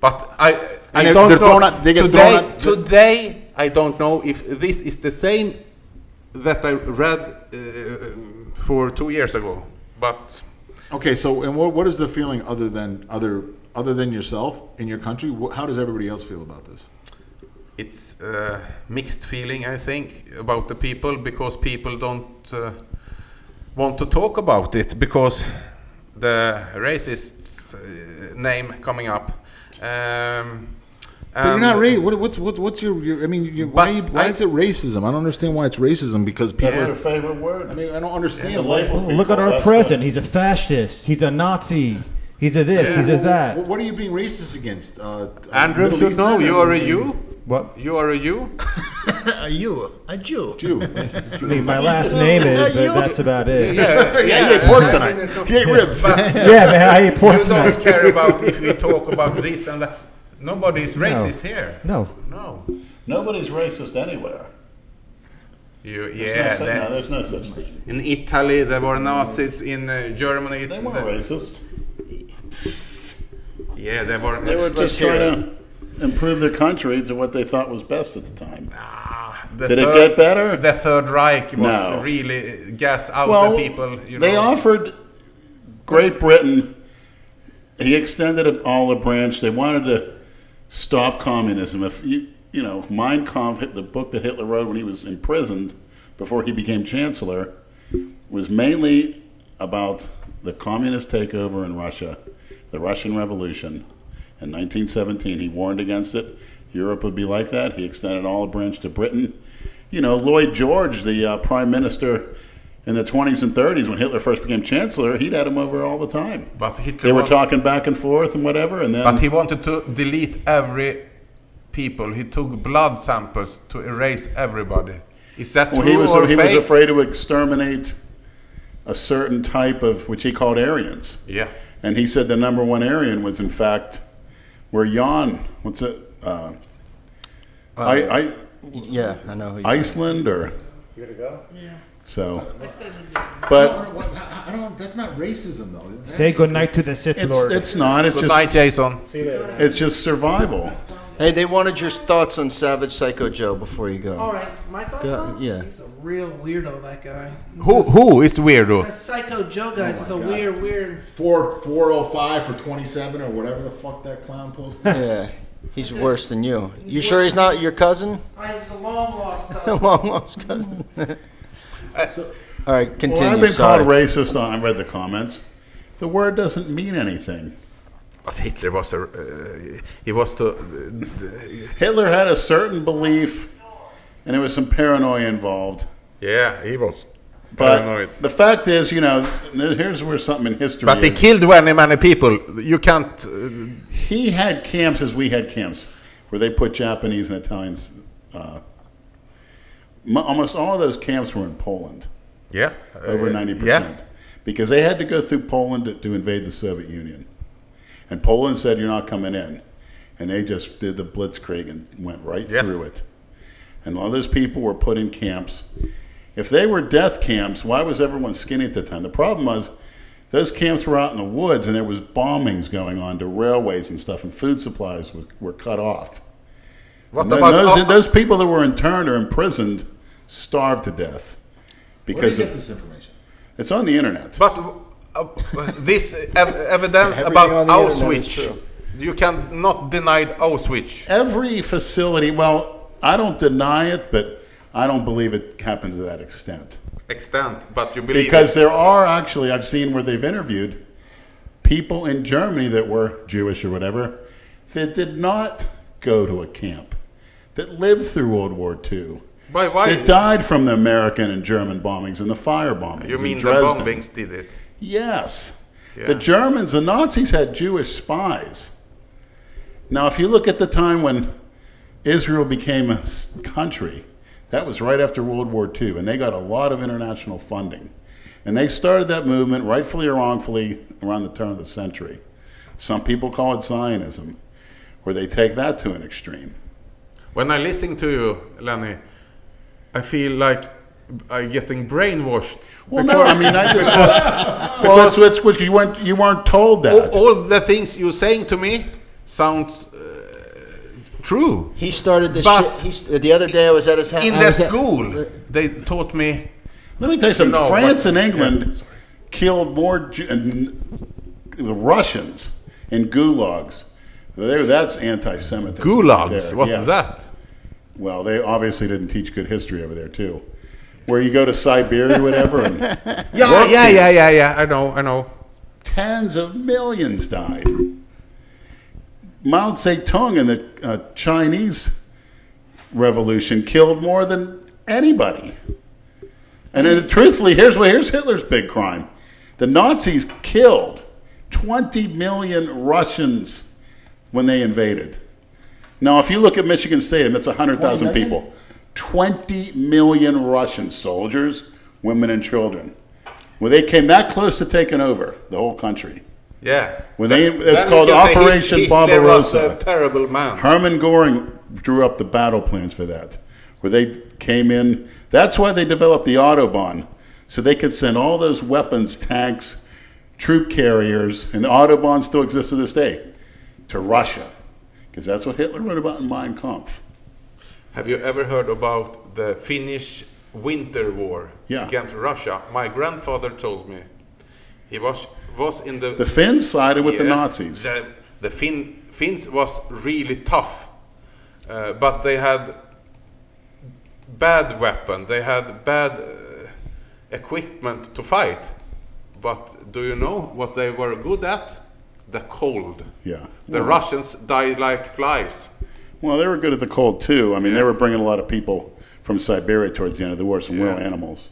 But I, I And they're- don't they're know. thrown out- they get today, thrown out- today, I don't know if this is the same that I read uh, for two years ago. But Okay, so and what what is the feeling other than other other than yourself in your country? Wh- How does everybody else feel about this? it's uh, mixed feeling i think about the people because people don't uh, want to talk about it because the racists uh, name coming up um, But you're and- not race. What, what's what, what's your, your? I mean, you why, But you, why I- is it racism? I don't understand why it's racism because people. That's their favorite word. I mean, I don't understand. It's a why- label. Well, look at People, our that's president. He's the- a fascist. He's a Nazi. He's a this. He's a Well, that. What, what are you being racist against? Uh, andrew Middle should know Eastern? you are a you What? you are a you A you, a Jew. Jew. I mean, my last name is, but that's about it. Yeah, yeah, yeah, he ate pork tonight. He ate ribs. But man, I hate pork you don't tonight. care about if we talk about this and that nobody is racist here No. no Nobody's racist anywhere. you yeah There's no such- that- no, there's no such thing. in italy there were nazis in uh, germany it's They weren't racist. Yeah, they were. They were just trying to improve their country to what they thought was best at the time. The Did it get better? The Third Reich was No. really uh, gas out Well, the people. You they know. offered Great Britain. He extended an olive branch. They wanted to stop communism. If you you know, Mein Kampf, the book that Hitler wrote when he was imprisoned before he became chancellor, was mainly about the communist takeover in Russia, the Russian Revolution. In 1917, he warned against it. Europe would be like that. He extended an olive branch to Britain. You know, Lloyd George, the uh, prime minister in the 20s and 30s, when Hitler first became chancellor, he'd had him over all the time. But Hitler They were wa- talking back and forth and whatever, and then But he wanted to delete every people. He took blood samples to erase everybody. Is that well, true he was or he fake? was afraid to exterminate a certain type of which he called Aryans. Yeah. And he said the number one Aryan was, in fact, where Jan, what's it? Uh, I, I, yeah, I know. Who you Iceland or You gotta go. so. I But don't, I don't, that's not racism, though. Say goodnight to the Sith it's, Lord. it's not. It's Good night, just, Jason. See you later. it's just survival. Hey, they wanted your thoughts on Savage Psycho Joe before you go. All right, my thoughts Yeah, on yeah. He's a real weirdo, that guy. Who who is weirdo? That psycho Joe Oh guy is a God. weird, weird. Four four oh five for twenty seven or whatever the fuck that clown posted. Yeah, he's worse than you. You sure he's not your cousin? I, it's a long lost dog. Long lost cousin. All right, continue. Well, I've been sorry. called racist. On, I read the comments. The word doesn't mean anything. But Hitler was a uh, he was to uh, Hitler had a certain belief, and there was some paranoia involved. yeah he was But paranoid. the fact is, you know, th- here's where something in history. But he is. killed many many people. You can't. Uh, he had camps as we had camps, where they put Japanese and Italians. Uh, mo- almost all of those camps were in Poland, yeah. over Uh, ninety Yeah. percent, because they had to go through Poland to, to invade the Soviet Union, and Poland said, "You're not coming in," and they just did the blitzkrieg and went right Yeah. through it. And all those people were put in camps. If they were death camps, why was everyone skinny at the time? The problem was those camps were out in the woods and there was bombings going on to railways and stuff, and food supplies was, were cut off. What And then about those, oh, those people that were interned or imprisoned starved to death Where do because you get of, this information? it's on the internet. But uh, this ev- evidence Everything about on the internet is Auschwitz, true. you cannot deny Auschwitz. Every facility, well, I don't deny it, but I don't believe it happened to that extent. extent, but you believe Because there are actually, I've seen where they've interviewed people in Germany that were Jewish or whatever that did not go to a camp, that lived through World War II, it. Why? Why? that died from the American and German bombings and the fire bombings. you in mean the Dresden. bombings did it? Yes. Yeah. The Germans, the Nazis had Jewish spies. Now, if you look at the time when Israel became a s- country, that was right after World War II, and they got a lot of international funding. And they started that movement, rightfully or wrongfully, around the turn of the century. Some people call it Zionism, where they take that to an extreme. When I listen to you, Lenny, I feel like I'm getting brainwashed. Well, no, I mean, I just. because that's what you weren't, you weren't told All, that. all the things you're saying to me sounds uh, true. He started this But- shit. He, st- the other day I was at his house. In I the was uh, at- school, they taught me. Let me tell you something. No, France but- and England yeah, sorry. killed more Ju- and the Russians in gulags. There, that's anti-Semitism. Gulags. there, What's yes. that? Well, they obviously didn't teach good history over there too. Where you go to Siberia, or whatever, and Yeah, yeah, yeah, yeah, yeah. I know, I know. tens of millions died. Mao Zedong in the uh, Chinese Revolution killed more than anybody. And then, truthfully, here's what here's Hitler's big crime: the Nazis killed 20 million Russians when they invaded. Now, if you look at Michigan Stadium, it's 100,000 20 million? people. 20 million Russian soldiers, women, and children. When they came that close to taking over the whole country, Yeah. When they- Then- it's then you called can say Operation Hit- Hitler was Barbarossa. a terrible man. Hermann Goring drew up the battle plans for that, where they came in. That's why they developed the Autobahn, so they could send all those weapons, tanks, troop carriers, and the Autobahn still exists to this day, to Russia. Because that's what Hitler wrote about in Mein Kampf. Have you ever heard about the Finnish Winter War Yeah. against Russia? My grandfather told me. He was was in the The Finns sided with the Yeah, Nazis. The, the Finn, Finns was really tough, uh, but they had bad weapon. They had bad uh, equipment to fight. But do you know what they were good at? The cold. Yeah. The Well- Russians died like flies. Well, they were good at the cold too. I mean, they were bringing a lot of people from Siberia towards the end of the war, some real animals.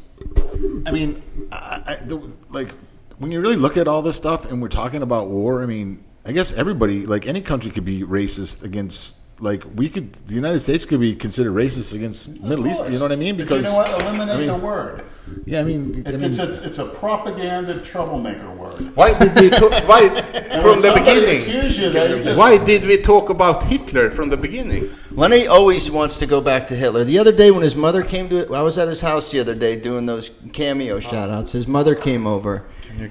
I mean, I, I, there was, like when you really look at all this stuff, and we're talking about war. I mean, I guess everybody, like any country, could be racist against. Like we could, the United States could be considered racist against Middle East. You know what I mean? But Because you know what? Eliminate I mean, the word. Yeah, I mean, I It, mean- it's, a, it's a propaganda troublemaker word. Why did we talk, why And from when the somebody beginning? accuse you, they just- Why did we talk about Hitler from the beginning? Lenny always wants to go back to Hitler. The other day when his mother came to, I was at his house the other day doing those cameo shout outs. His mother came over,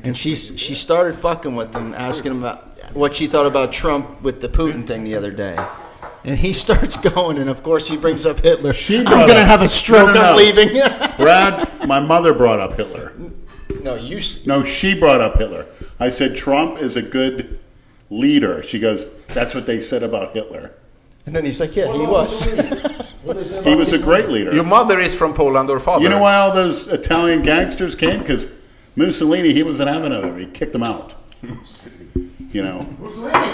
and she she started fucking with him, asking him about what she thought about Trump with the Putin thing the other day. And he starts going, and of course he brings up Hitler. I'm brought gonna up- have a stroke. No, no, I'm no. leaving. Brad, my mother brought up Hitler. no, you. s- No, she brought up Hitler. I said Trump is a good leader. She goes, "That's what they said about Hitler. And then he's like, yeah, he was. He was a great leader." Your mother is from Poland or father? You know why all those Italian gangsters came? Because Mussolini, he wasn't having it. He kicked them out. You know, Mussolini.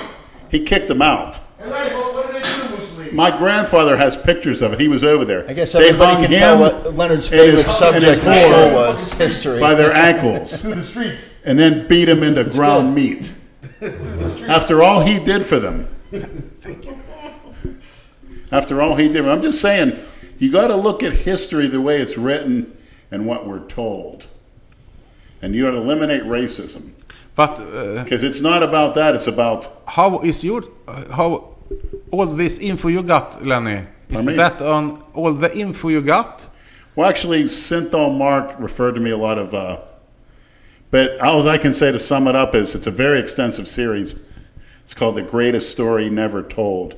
he kicked them out. Hey, what, what did they do to Mussolini? My grandfather has pictures of it. He was over there. I guess everybody can tell what Leonard's and his- favorite subject and in his school whore was history. by their ankles, To the streets. and then beat him into ground meat. After all he did for them. After all he did, I'm just saying, you got to look at history the way it's written and what we're told, and you got to eliminate racism But uh, because it's not about that. It's about how is your uh, how all this info you got, Lenny? Is Pardon me? that on all the info you got? Well, actually, Synthol Mark referred to me a lot of, uh, but all I can say to sum it up is it's a very extensive series. It's called The Greatest Story Never Told.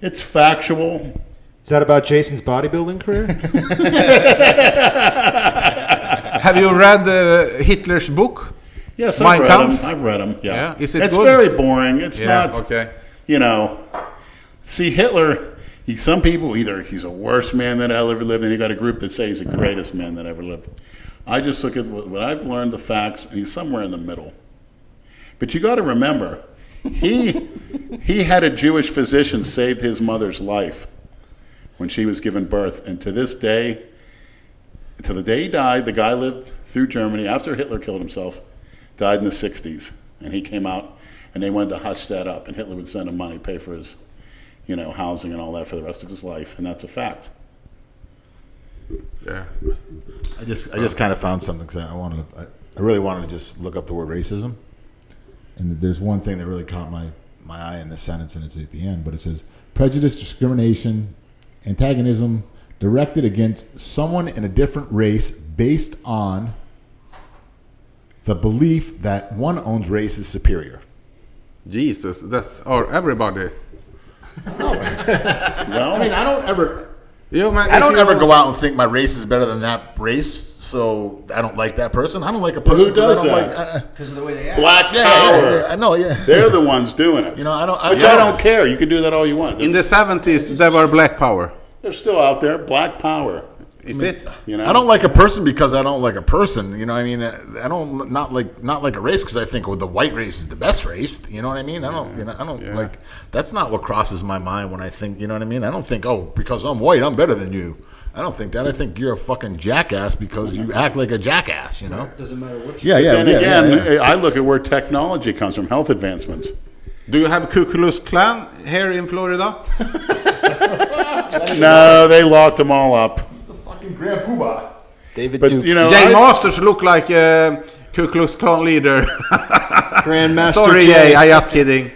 It's factual. Is that about Jason's bodybuilding career? Have you read uh, Hitler's book? Yes, Mein I've read Kampf? them. I've read them. Yeah. Yeah? Is it it's good? very boring. It's Yeah, not, okay. you know, see, Hitler, he, some people either he's a worst man that ever lived, and you got a group that say he's the greatest man that ever lived. I just look at what, what I've learned, the facts, and he's somewhere in the middle. But you got to remember, he he had a Jewish physician saved his mother's life when she was given birth, and to this day, to the day he died, the guy lived through Germany after Hitler killed himself, died in the '60s, and he came out, and they wanted to hush that up, and Hitler would send him money, pay for his, you know, housing and all that for the rest of his life, and that's a fact. Yeah. I just I just kind of found something because I wanted I, I really wanted to just look up the word racism, and there's one thing that really caught my my eye in this sentence, and it's at the end, but it says prejudice, discrimination, antagonism directed against someone in a different race based on the belief that one own's race is superior. Jesus, that's or everybody. Well, I mean, I don't ever You man, I don't if you- ever go out and think my race is better than that race, so I don't like that person. I don't like a person. who 'cause does I don't that? Like, uh, Because of the way they act. black yeah, power. yeah, I know. Yeah. They're the ones doing it. You know, I don't- I- Which yeah. I don't care. You can do that all you want. in the seventies there were black power. They're still out there. Black power. Is it? You know. I don't like a person because I don't like a person. You know, what I mean, I don't not like not like a race because I think well, the white race is the best race. You know what I mean? I don't. You know, I don't like. That's not what crosses my mind when I think. You know what I mean? I don't think oh because I'm white I'm better than you. I don't think that. I think you're a fucking jackass because you act like a jackass. You know? Doesn't matter what you Yeah, yeah. Then yeah, again, yeah, yeah. I look at where technology comes from, health advancements. Do you have Ku Klux Klan here in Florida? No, they locked them all up. It's the fucking Grand Poobah. David But Duke, you know, Jay I- Masters look like uh, Ku Klux Klan leader. Grandmaster Sorry, Jay, Jay, I just kidding.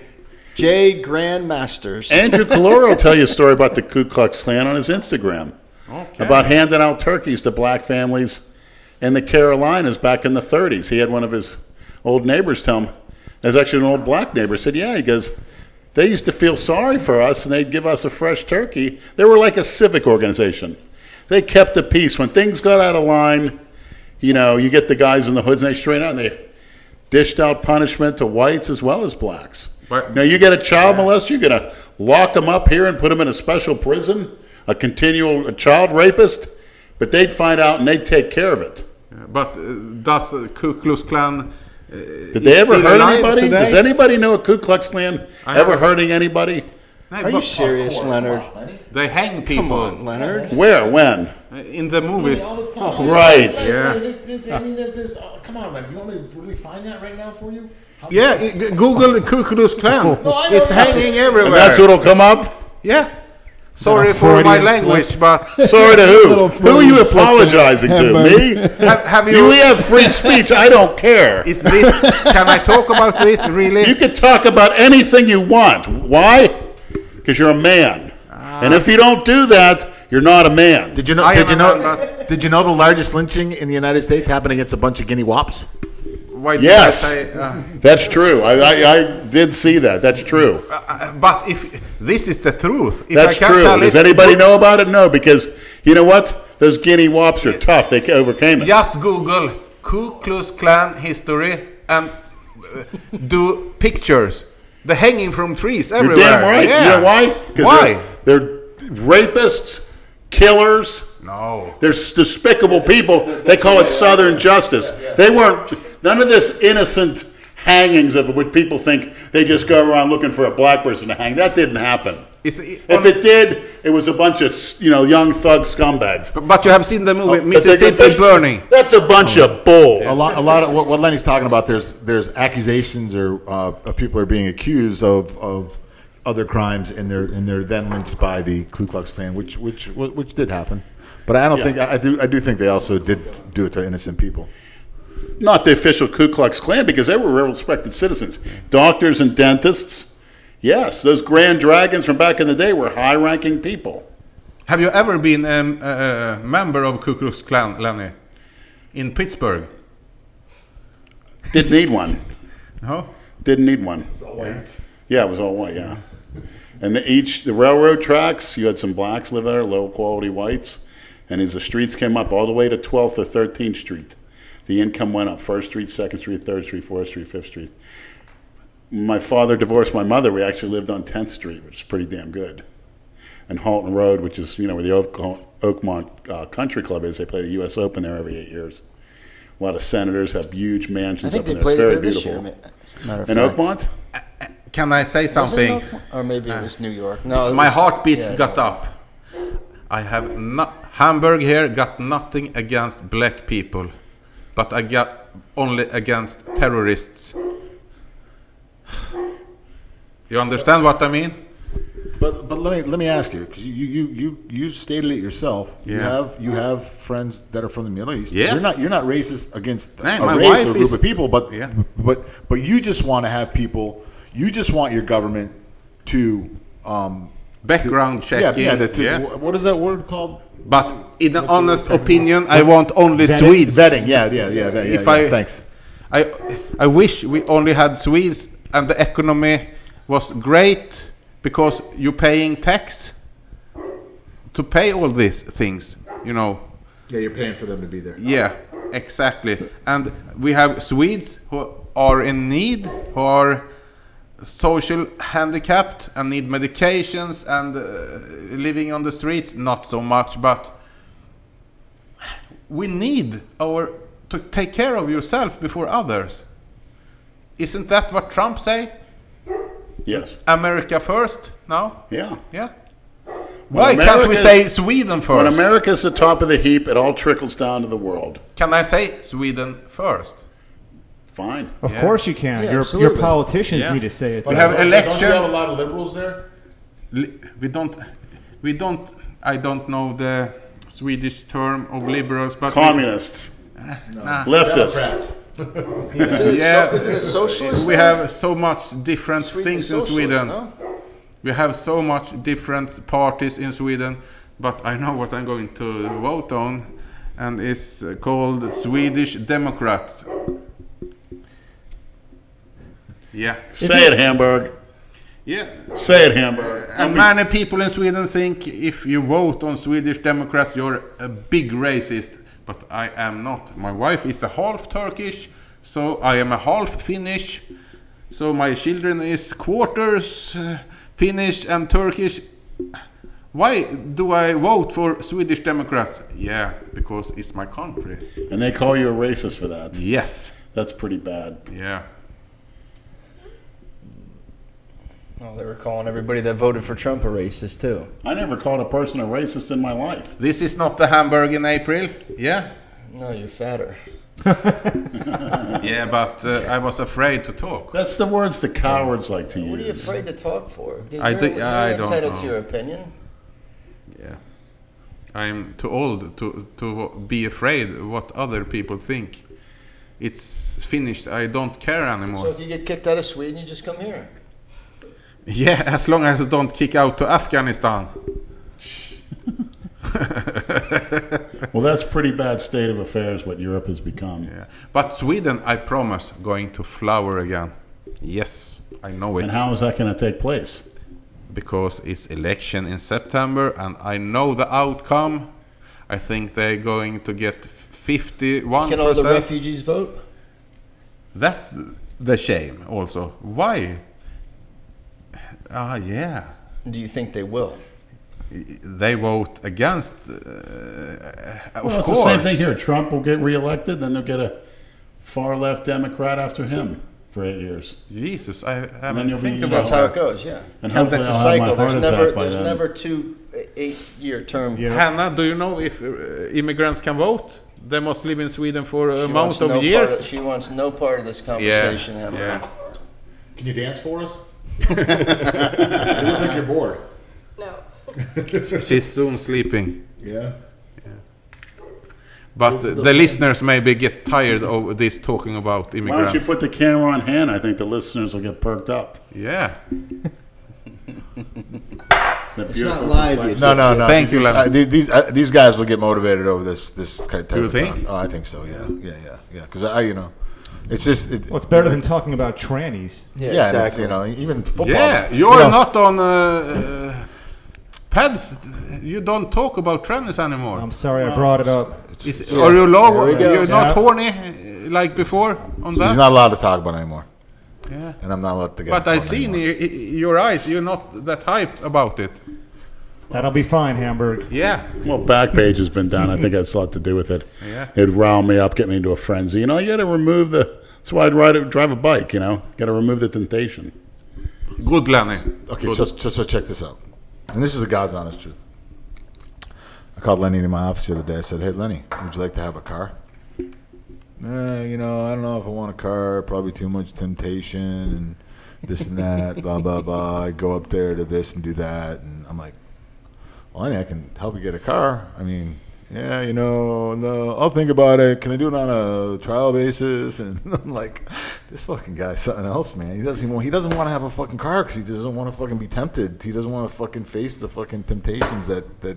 Jay Grandmasters. Andrew Calora will tell you a story about the Ku Klux Klan on his Instagram Okay. about handing out turkeys to black families in the Carolinas back in the 30s. He had one of his old neighbors tell him, there's actually an old black neighbor said, "Yeah." He goes, They used to feel sorry for us and they'd give us a fresh turkey. They were like a civic organization. They kept the peace. When things got out of line, you know, you get the guys in the hoods and they straighten out and they dished out punishment to whites as well as blacks. But- now you get a child molester, you're going to lock them up here and put them in a special prison, a continual a child rapist, but they'd find out and they'd take care of it. But uh, does uh, Ku Klux Klan? Uh, Did they ever hurt anybody? Does anybody know a Ku Klux Klan I ever have- hurting anybody? Are you serious, Leonard? They hang people Come on, Leonard. Where? When? in the movies. All the Oh. time. Right. Yeah. They- they- they- I mean, there- there's. oh, Come on, man. You want me to really find that right now for you? How- Yeah, i- g- Google Ku Klux Klan. No, I it's know. hanging everywhere. And that's what'll come up? yeah. Sorry Yeah, for my Freudian language, but Sorry to Little who? Who are you Freudian slip there. apologizing to? Me? have, have You, you? we have free speech. I don't care. is this? Can I talk about this really? You can talk about anything you want. Why? Because you're a man. And if you don't do that, you're not a man. Did you know? I am Did you a man, know? but- Did you know the largest lynching in the United States happened against a bunch of guinea wops? Why did Yes. I say, uh, That's true. I, I, I did see that. That's true. uh, but if this is the truth, if That's I can't true. Tell Does it, anybody know about it? No, because you know what? Those guinea wops are tough. They overcame it. Just Google Ku Klux Klan history and uh, do pictures. The hanging from trees You're everywhere. damn right. Yeah. You know why? 'Cause Why? They're, they're rapists, killers. No. They're s- despicable people. They call it Southern justice. They weren't, none of this innocent hangings of which people think they just go around looking for a black person to hang. That didn't happen. It's, it- If on- it did, it was a bunch of, s- you know, young thug scumbags. but you have seen the movie But they- Mississippi they- Burning. That's a bunch of bull. a lot, a lot of what, what Lenny's talking about. There's there's accusations or uh, of people are being accused of of other crimes, and they're and they're then lynched by the Ku Klux Klan, which which which did happen. But I don't think I, I do I do think they also did do it to innocent people. not the official Ku Klux Klan because they were real respected citizens. Doctors and dentists. Yes, those grand dragons from back in the day were high ranking people. Have you ever been a um, uh, member of Ku Klux Klan, Lenny? In Pittsburgh? Didn't need one. No? Didn't need one. Yeah, it was all white, yeah. And the, each, the railroad tracks, you had some blacks live there, low quality whites. And as the streets came up all the way to 12th or 13th Street, the income went up First Street, Second Street, Third Street, Fourth Street, Fifth Street. My father divorced my mother. We actually lived on 10th Street, which is pretty damn good. And Halton Road, which is, you know, where the Oak- Oakmont uh, Country Club is, they play the U.S. Open there every eight years. A lot of senators have huge I mansions think up they in there. It's played it very there this year. beautiful. ma- Matter of In fact. Oakmont? Can I say Was it in something? Oakmont? Or maybe it was New York. No, it My was- heartbeat yeah. got up. I have not. Hamburg here got nothing against black people, but I got only against terrorists. You understand what I mean? But but let me let me ask you because you, you you you stated it yourself. You Yeah. have you have friends that are from the Middle East. Yeah. You're not you're not racist against Hey, a my race wife or group is- of people, but Yeah. but but you just want to have people. You just want your government to. Um, Background yeah, checking. yeah, the, to, yeah. wh- What is that word called? But in an honest opinion, I want only Swedes. Vetting. Yeah, yeah, yeah. yeah, If yeah, I- thanks. I I wish we only had Swedes and the economy was great because you're paying tax to pay all these things, you know. Yeah, you're paying for them to be there. Yeah, exactly. And we have Swedes who are in need, who are social handicapped and need medications and uh, living on the streets not so much but we need our to take care of yourself before others isn't that what trump say Yes. america first now Yeah. yeah why can't we America- say sweden When first America's the top of the heap, it all trickles down to the world. can i say sweden first Fine. Of Yeah. course you can. Yeah, your, your absolutely. politicians Yeah. need to say it. We though. have Don't you have a election. lot of liberals there? Li- We don't. We don't. I don't know the Swedish term of liberals, but Communists, leftists. Isn't it, Yeah. so, isn't it socialist? We, we have so much different Sweden things in socialist, Sweden. no? We have so much different parties in Sweden, but I know what I'm going to vote on, and it's uh, called Swedish Democrats. Yeah. Say it, Hamburg. Yeah. Say it, Hamburg. And many people in Sweden think if you vote on Swedish Democrats, you're a big racist. But I am not. My wife is a half Turkish, so I am a half Finnish. So my children is quarters uh, Finnish and Turkish. Why do I vote for Swedish Democrats? Yeah, because it's my country. And they call you a racist for that. Yes. That's pretty bad. Yeah. Well, they were calling everybody that voted for Trump a racist too. I never called a person a racist in my life. This is not the Hamburg in April. Yeah. No, you're fatter. Yeah, but uh, I was afraid to talk. That's the words the cowards like to What are you use. afraid to talk for? You're, I think- you're I don't entitled know. to your opinion. Yeah. I'm too old to to be afraid what other people think. It's finished. I don't care anymore. So if you get kicked out of Sweden, you just come here. Yeah, as long as I don't kick out to Afghanistan. Well, that's pretty bad state of affairs what Europe has become. Yeah. But Sweden, I promise, going to flower again. Yes, I know it. And how is that going to take place? because it's election in September and I know the outcome. I think they're going to get 51%. Can all the refugees vote? That's the shame also. Why? Ah, yeah. Do you think they will? They vote against. Uh, of Well, it's course. the same thing here. Trump will get reelected, then they'll get a far left Democrat after him for eight years. Jesus, I then haven't you'll be, think you about That's know, how it goes. Yeah. And hopefully It's a I'll have my cycle. There's heart attack never by there's then. never two eight year term. Yeah. Hannah, do you know if uh, immigrants can vote? They must live in Sweden for a She amount wants of no part years. of- she wants no part of this yeah, conversation, Hammer. yeah. Can you dance for us? I don't think you're bored. No. She's soon sleeping. Yeah. But uh, the listeners maybe get tired of this talking about Why immigrants. don't you put the camera on hand? I think the listeners will get perked up. yeah. The It's not beautiful live yet. No, no, no. Thank you, these, Lemon. uh, these these, uh, these guys will get motivated over this this type you of think? talk. Oh, I think so. Yeah, yeah, yeah, yeah. Because I, you know, it's just it, Well, it's better than talking about trannies. yeah, and it's, you know, even football. Yeah, you you're know, not on uh, uh, pads. You don't talk about trannies anymore. I'm sorry I brought it up. Is, Are you low? There we go. You're not Yeah. horny uh, like before on that? He's not allowed to talk about it anymore, yeah. and I'm not allowed to get. But I on see in anymore. your, your eyes, you're not that hyped about it. That'll be fine, Hamburg. Yeah. Well, Backpage has been down. I think that's a lot to do with it. Yeah. It'd rile me up, get me into a frenzy. You know, you got to remove the. That's why I'd ride a, drive a bike. You know, got to remove the temptation. Good, Lenny. Okay, Good. just, just so check this out, and this is the God's honest truth. I called Lenny into my office the other day. I said, "Hey, Lenny, would you like to have a car?" Eh, you know, I don't know if I want a car. Probably too much temptation and this and that. blah blah blah. I go up there to this and do that, and I'm like, "Well, Lenny, I can help you get a car. I mean." Yeah, you know, no, I'll think about it. Can I do it on a trial basis? And I'm like, this fucking guy's something else, man. He doesn't even he doesn't want to have a fucking car because he doesn't want to fucking be tempted. He doesn't want to fucking face the fucking temptations that that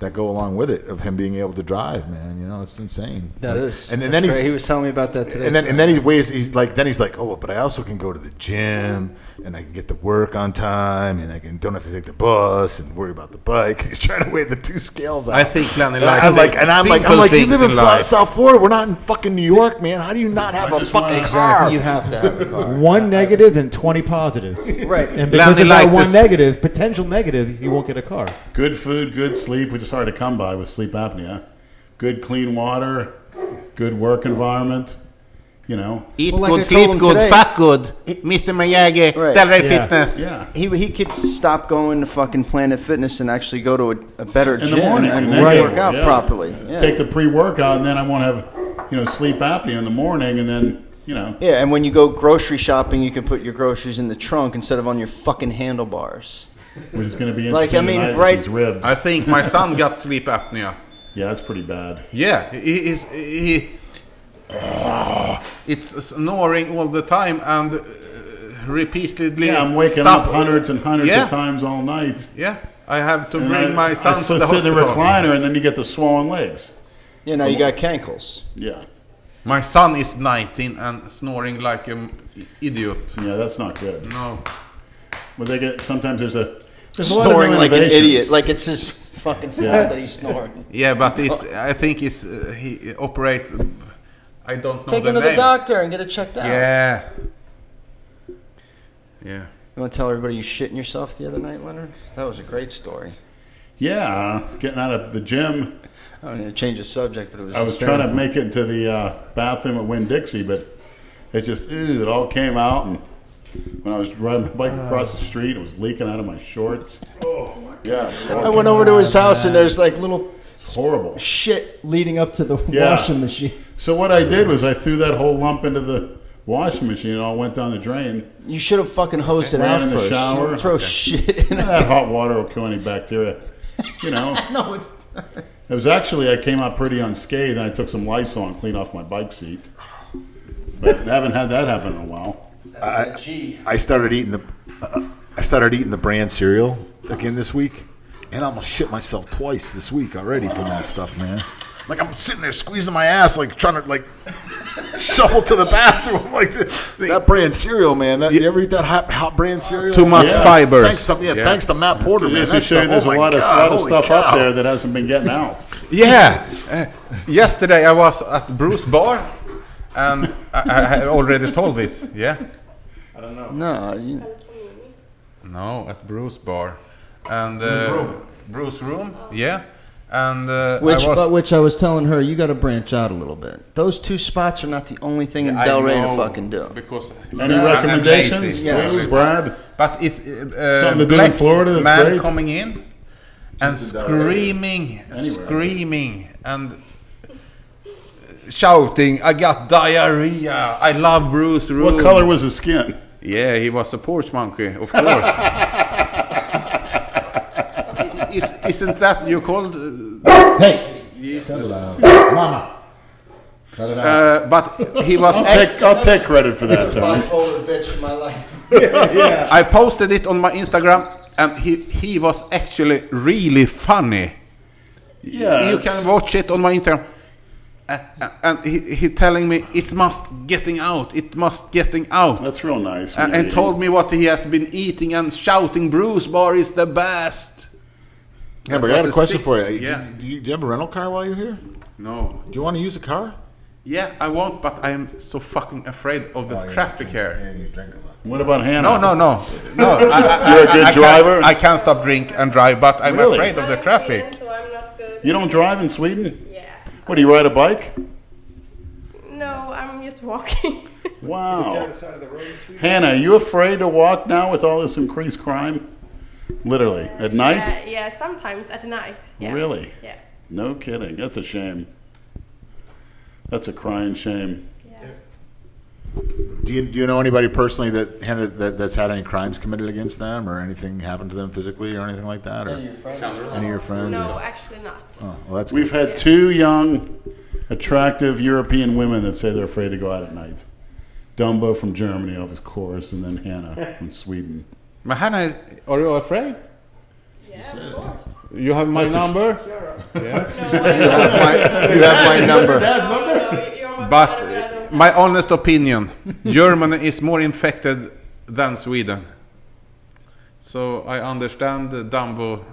that go along with it of him being able to drive, man. You know, it's insane. That Like, is. and, then that's then he's, great. he was telling me about that today. and then and then he weighs he's like then he's like oh but I also can go to the gym and I can get to work on time and I can don't have to take the bus and worry about the bike. He's trying to weigh the two scales out. I think Lenny And likes I'm the like and I'm like I'm simple like you things live in in Fla- life. South Florida. We're not in fucking New York, man. How do you not have a just wanna- fucking car? Exactly. You have to have a car. One negative and 20 positives. Right. And because Lousy of that like one this- negative, potential negative, you won't get a car. Good food, good sleep, which is hard to come by with sleep apnea. Good clean water, good work environment. You know, Eat Well, like good, I told sleep him good, today- fuck good. Mr. Miyagi, Right. Delray Yeah. Fitness. yeah. He, he could stop going to fucking Planet Fitness and actually go to a, a better In gym the morning, and, and then go- work out yeah. properly. Yeah. Take the pre-workout, and then I won't have you know sleep apnea in the morning, and then you know. yeah, and when you go grocery shopping, you can put your groceries in the trunk instead of on your fucking handlebars. We're just going to be Like, interested I mean, tonight with right- these ribs. I think my son got sleep apnea. yeah, that's pretty bad. Yeah, he is. He, it's snoring all the time and uh, repeatedly. Yeah, I'm waking stop. up hundreds and hundreds Yeah. of times all night. Yeah, I have to And bring I- my son I to sit the sit in hospital. the recliner, and then you get the swollen legs. You know, you got cankles. Yeah, My son is 19 and snoring like an idiot. yeah, that's not good. No, Well, they get sometimes there's a there's a lot of snoring like an innovations. idiot. Like it's his fucking fault Yeah. that he's snoring. Yeah, but it's, I think it's uh, he operates. I don't know Take the him to the name. doctor and get it checked out. Yeah. Yeah. You want to tell everybody you shitting yourself the other night, Leonard? That was a great story. Yeah, getting out of the gym. I am going to change the subject, but it was. Oh, I was trying to make it to the uh, bathroom at Winn Dixie, but it just ew, it all came out. And when I was riding my bike across the street, it was leaking out of my shorts. Uh. Oh my god! Yeah, it I was went over to his house and there's like little horrible. shit leading up to the Yeah. washing machine. So what I did was I threw that whole lump into the washing machine and all went down the drain. You should have fucking hosed it Ran out in the first. You shower. don't Throw Okay. shit in. it. that hot water will kill any bacteria. You know. No, it- It was actually I came out pretty unscathed, and I took some Lysol and cleaned off my bike seat. But I haven't had that happen in a while. I started eating the uh, I started eating the brand cereal again this week, and I almost shit myself twice this week already from that stuff, man. Like I'm sitting there squeezing my ass, like trying to like shuffle to the bathroom, like this. That brand cereal, man. That, you ever eat that hot, hot brand cereal? Too much Yeah. fibers. Thanks to, yeah, thanks to Matt Porter, man. Just to That's show you, the- there's oh a my lot of God, lot of holy stuff up cow. there that hasn't been getting out. Yeah. Uh, yesterday I was at Bruce Bar, and I, I had already told this. Yeah. I don't know. no. You, No, at Bruce Bar, and uh, Bruce Room. Yeah. And uh, Which, I was, but which I was telling her, you got to branch out a little bit. Those two spots are not the only thing in I Delray to know, fucking do. Because Any I'm recommendations, lazy. Yes. please, Brad? But it's uh, Something to do in black Florida that's man great. coming in and screaming, Anywhere. screaming, and shouting, "I got diarrhea! I love Bruce Room." What color was his skin? Yeah, he was a porch monkey, of course. Is, isn't that you called? uh, Hey, cut it out, Mama. Cut it out. Uh, but he was. I'll take, I'll take credit for that, Tony. bipolar bitch in my life. I posted it on my Instagram, and he he was actually really funny. Yeah, you it's- can watch it on my Instagram. Uh, uh, and he, he telling me it's must getting out, it must getting out, That's real nice. when and, you're and eating. told me what he has been eating and shouting. Bruce Bar is the best. Amber, I That's got a a question sick- for you. yeah. Do you, do you have a rental car while you're here? Do No, you want to use a car? Yeah, I won't, but I am so fucking afraid of Oh, the traffic here. And Oh, you drink a lot. What about Hannah? No, no, no, no. I, I, You're a I- good I driver? Can't, I can't stop drink and drive, but I'm Really? afraid of the I'm traffic. so I'm not good. You don't drive in Sweden? Yeah. What do you ride a bike? No, I'm just walking. Wow. Side of the road, sweet. Hannah, are you afraid to walk now with all this increased crime? Literally at night. Yeah, yeah, sometimes at night. Yeah. Really? Yeah. No kidding. That's a shame. That's a crying shame. Yeah. Do you, do you know anybody personally that, had- that that's had any crimes committed against them or anything happened to them physically or anything like that? Or any of your friends? No, actually not. Oh, well, that's We've had two young, attractive European women that say they're afraid to go out at night. Dumbo from Germany, off his course, and then Hannah from Sweden. But Hannah, is- are you afraid? Yeah, of course. You have my number. you have my number. No, no, you're my But brother, I don't- uh, my honest opinion, Germany is more infected than Sweden. So I understand uh, Dumbo uh,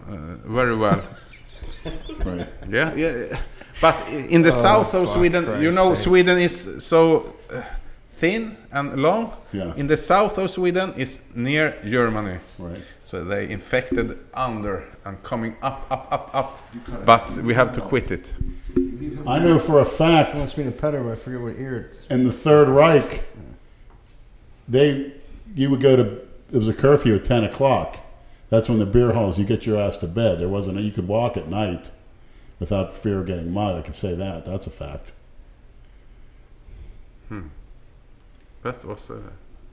very well. Right. Yeah, yeah. But i- in the Oh, south of Sweden, you know, Sweden is so uh, thin and long. Yeah. In the south of Sweden is near Germany. Right. So they infected under and coming up, up, up, up. But we have to quit it. I know for a fact wants me to pet her, but I forget what ear it's. in the Third Reich, they you would go to it was a curfew at ten o'clock. That's when the beer halls you get your ass to bed. There wasn't you could walk at night without fear of getting mugged. I could say that. That's a fact. That was, uh,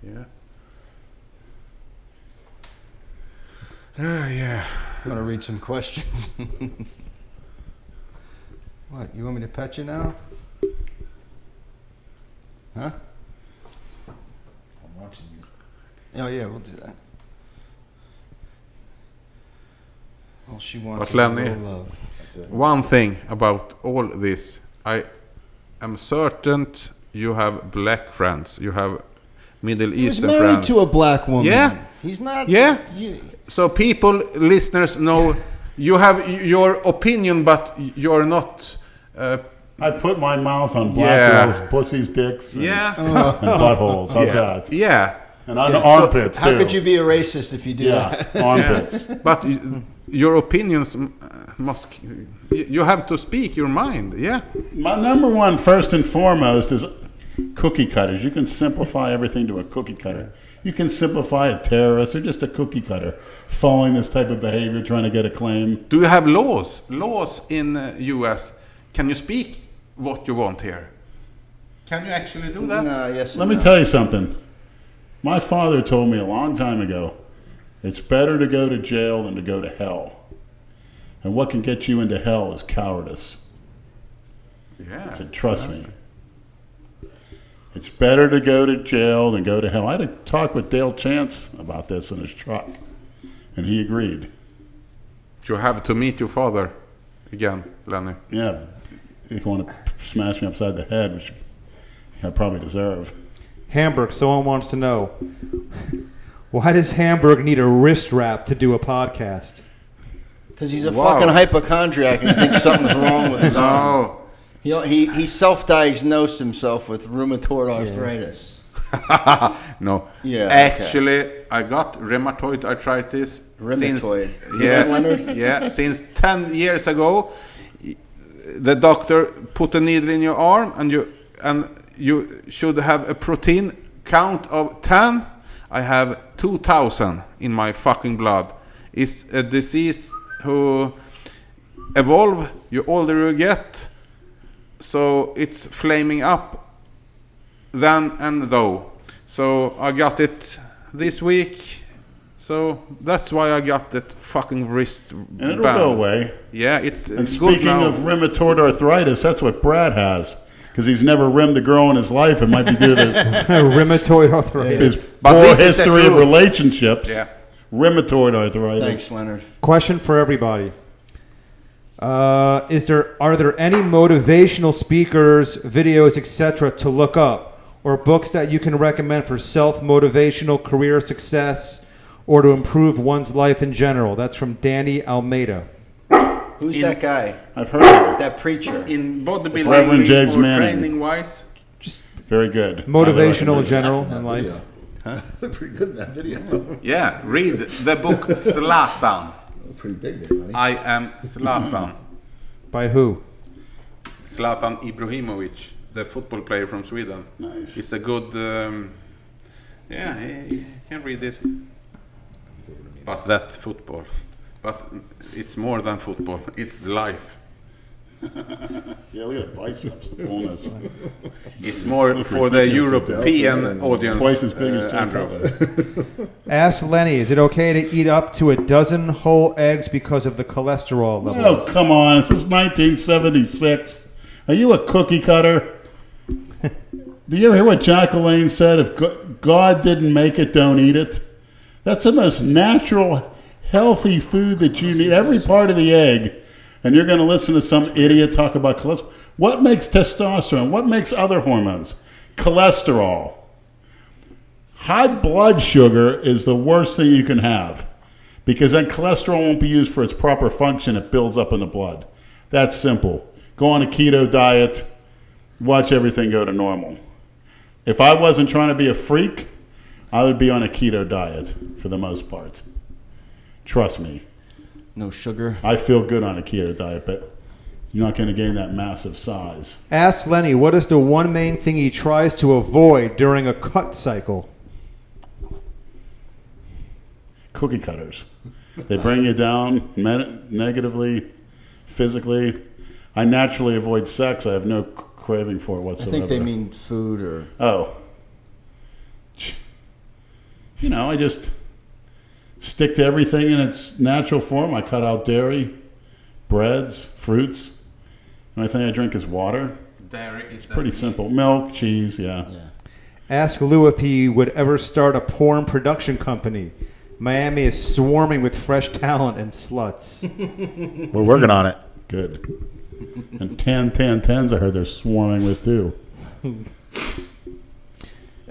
yeah. Ah, yeah. I'm gonna read some questions. what? You want me to pet you now? Huh? I'm watching you. Oh yeah, we'll do that. All she Vart wants lär ni? is a little love. One thing about all this, I am certain you have black friends. You have Middle He was Eastern married friends. to a black woman. Yeah. He He's not. Yeah. You, So people, listeners, know you have y- your opinion, but you're not. Uh, I put my mouth on black Yeah. girls' pussies, dicks, and, Yeah. and buttholes. How's yeah. that? Yeah. Oh. And on armpits how too. could you be a racist if you do yeah, that? armpits. But y- your opinions m- must. c- y- You have to speak your mind. Yeah. My number one, first and foremost, is cookie cutters. You can simplify everything to a cookie cutter. You can simplify a terrorist or just a cookie cutter following this type of behavior, trying to get a claim. Do you have laws? Laws in uh, U.S. Can you speak what you want here? Can you actually do that? no. Yes. Let me no. tell you something. My father told me a long time ago it's better to go to jail than to go to hell. And what can get you into hell is cowardice. Yeah. I said, trust me. It's better to go to jail than go to hell. I had a talk with Dale Chance about this in his truck, and he agreed. You have to meet your father again, Lenny. Yeah, if you want to smash me upside the head, which I probably deserve. Hamburg, someone wants to know why does Hamburg need a wrist wrap to do a podcast? Because he's a Wow. fucking hypochondriac and thinks something's wrong with his Oh. arm. No. He, he, he self diagnosed himself with rheumatoid arthritis. no. Yeah, okay. Actually, I got rheumatoid arthritis. Rheumatoid. Since, Remember, Leonard? yeah. yeah. Since ten years ago, the doctor put a needle in your arm, and you and you should have a protein count of ten. I have two thousand in my fucking blood. It's a disease who evolve. You older you get, so it's flaming up then and though. So I got it this week. So that's why I got that fucking wrist And it'll band. go away. Yeah, it's, And it's good speaking now. of rheumatoid arthritis, that's what Brad has because he's never rimmed a girl in his life. It might be due to his, Rheumatoid arthritis. his But poor this is the history of truth. relationships. Yeah. Rheumatoid arthritis. Thanks, Leonard. Question for everybody. Uh, is there are there any motivational speakers, videos, etc. to look up or books that you can recommend for self-motivational career success or to improve one's life in general? That's from Danny Almeida. Who's that guy? I've heard of it. That preacher. in bodybuilding Reverend James or Manning. training wise, Very good. Motivational Highly in recommended. general in life. They're pretty good in that video. yeah, read the book Slatan. pretty big there, buddy. I am Slatan. By who? Slatan Ibrahimovic, the football player from Sweden. Nice. It's a good. Um, yeah, he, he can read it. But that's football. But it's more than football. It's life. Yeah, look at the biceps. the fullness. It's more for the European audience. Twice as big uh, as Jay Andrew. Ask Lenny, is it okay to eat up to a dozen whole eggs because of the Oh, cholesterol levels? come on. This is 1976. Are you a cookie cutter? Did you ever hear what Jack LaLanne said? If Go- God didn't make it, don't eat it. That's the most natural, healthy food that you need. Every part of the egg. And you're going to listen to some idiot talk about cholesterol. What makes testosterone? What makes other hormones? Cholesterol. High blood sugar is the worst thing you can have because then cholesterol won't be used for its proper function. It builds up in the blood. That's simple. Go on a keto diet, watch everything go to normal. If I wasn't trying to be a freak, I would be on a keto diet for the most part. Trust me. No sugar. I feel good on a keto diet, but you're not going to gain that massive size. Ask Lenny, what is the one main thing he tries to avoid during a cut cycle? Cookie cutters. They bring you down men- negatively, physically. I naturally avoid sex. I have no c- craving for it I whatsoever. think they mean food or. Oh. You know, I just stick to everything in its natural form. I cut out dairy, breads, fruits. The only thing I drink is water. Dairy is the- Pretty simple. Milk, cheese, yeah. Ask Lou if he would ever start a porn production company. Miami is swarming with fresh talent and sluts. We're working on it. Good. And 10, 10, 10s, I heard they're swarming with too.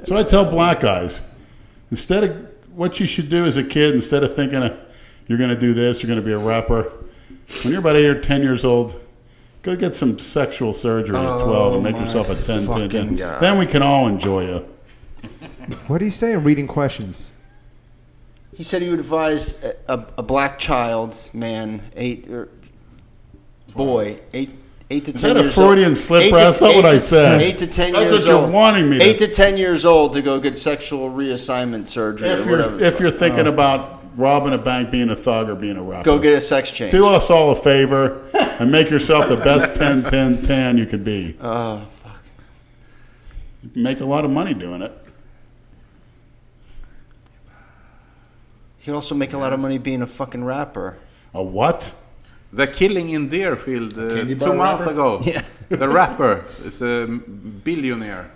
So I tell black guys instead of what you should do as a kid instead of thinking of, you're going to do this, you're going to be a rapper. When you're about eight or ten years old, go get some sexual surgery at twelve and make Oh my yourself a 10, 10, 10. fucking God. Then we can all enjoy you. What do you say in reading questions? He said he would advise a, a, a black child, man, eight or boy, eight. Eight to Is ten that a years Freudian old. slip, Eight bro? to- That's not eight what I to- said. Eight to ten That's what years you're old. wanting me to- Eight to ten years old to go get sexual reassignment surgery. If or you're whatever. if you're thinking Oh. about robbing a bank, being a thug, or being a rapper, Go get a sex change. Do us all a favor and make yourself the best 10, 10, 10 you could be. Oh, fuck. You make a lot of money doing it. You also make a lot of money being a fucking rapper. A what? The killing in Deerfield uh, candy two bar months rapper? ago. Yeah. the rapper is a m- billionaire.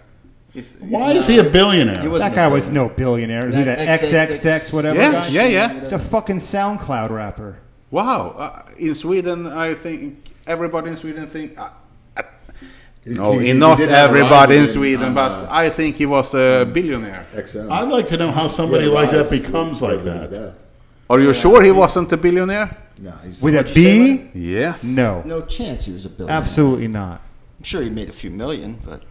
He's- Why he's is he a billionaire? That guy was no billionaire. Who That that XXX XXX whatever? Yeah, guy? yeah, yeah. He's a fucking SoundCloud rapper. Wow! Uh, in Sweden, I think everybody in Sweden think. Uh, uh, no, you- in you not did have everybody in Robin, Sweden, uh, but I think he was a Mm-hmm. billionaire. I'd like to know how somebody Yeah, like why? that becomes like that. Are you sure he wasn't a billionaire? No, With a B? Yes. No. No chance he was a billionaire. Absolutely not. I'm sure he made a few million, but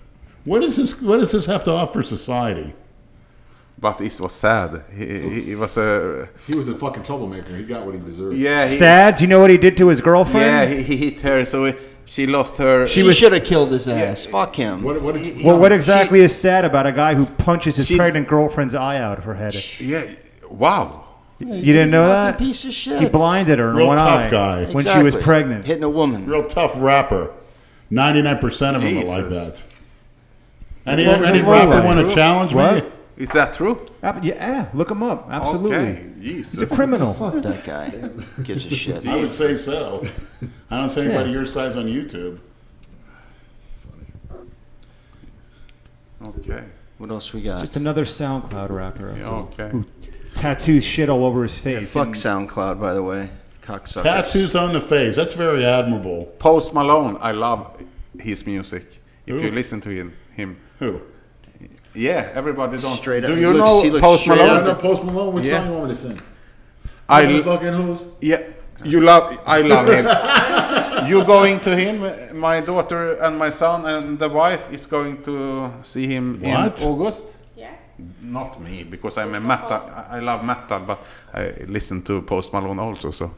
What does this? What does this have to offer society? But it was sad. He, he, he was a He was a fucking troublemaker. He got what he deserved. yeah. He, Sad. Do you know what he did to his girlfriend? Yeah, he, he hit her, so he- she lost her. She He was- should have killed his ass. Fuck him. What, what Well, what exactly is sad about a guy who punches his pregnant girlfriend's eye out of her head? Yeah. Wow. you didn't know that? Piece of shit. He blinded her in Real one tough eye guy. when she was pregnant. hitting a woman. Real tough rapper. Ninety-nine percent of them are like that. Jesus. Any, What- any what- rapper want what- to challenge me? What? Is that true? Ab- Yeah, look him up. Absolutely. Okay. Jesus. He's a criminal. Fuck that guy. Gives a shit. I would say so. I don't see anybody your size on YouTube. Okay. What else we got? Just another SoundCloud rapper. Yeah, okay. Who tattoos shit all over his face. Fuck and- SoundCloud, by the way. Cocksuckers. Tattoos on the face. That's very admirable. Post Malone. I love his music. If Who? you listen to him, him. Who? Yeah, everybody don't. Straight Do up. He you looks- know he looks Post straight Malone? I know Post Malone. Which Yeah. song you want me to sing? I Fucking l- fucking who's? yeah, you love. I love him. you going to him? My daughter and my son and the wife is going to see him What? in August. Yeah. Not me, because I'm a metal. I I love metal, but I listen to Post Malone also. So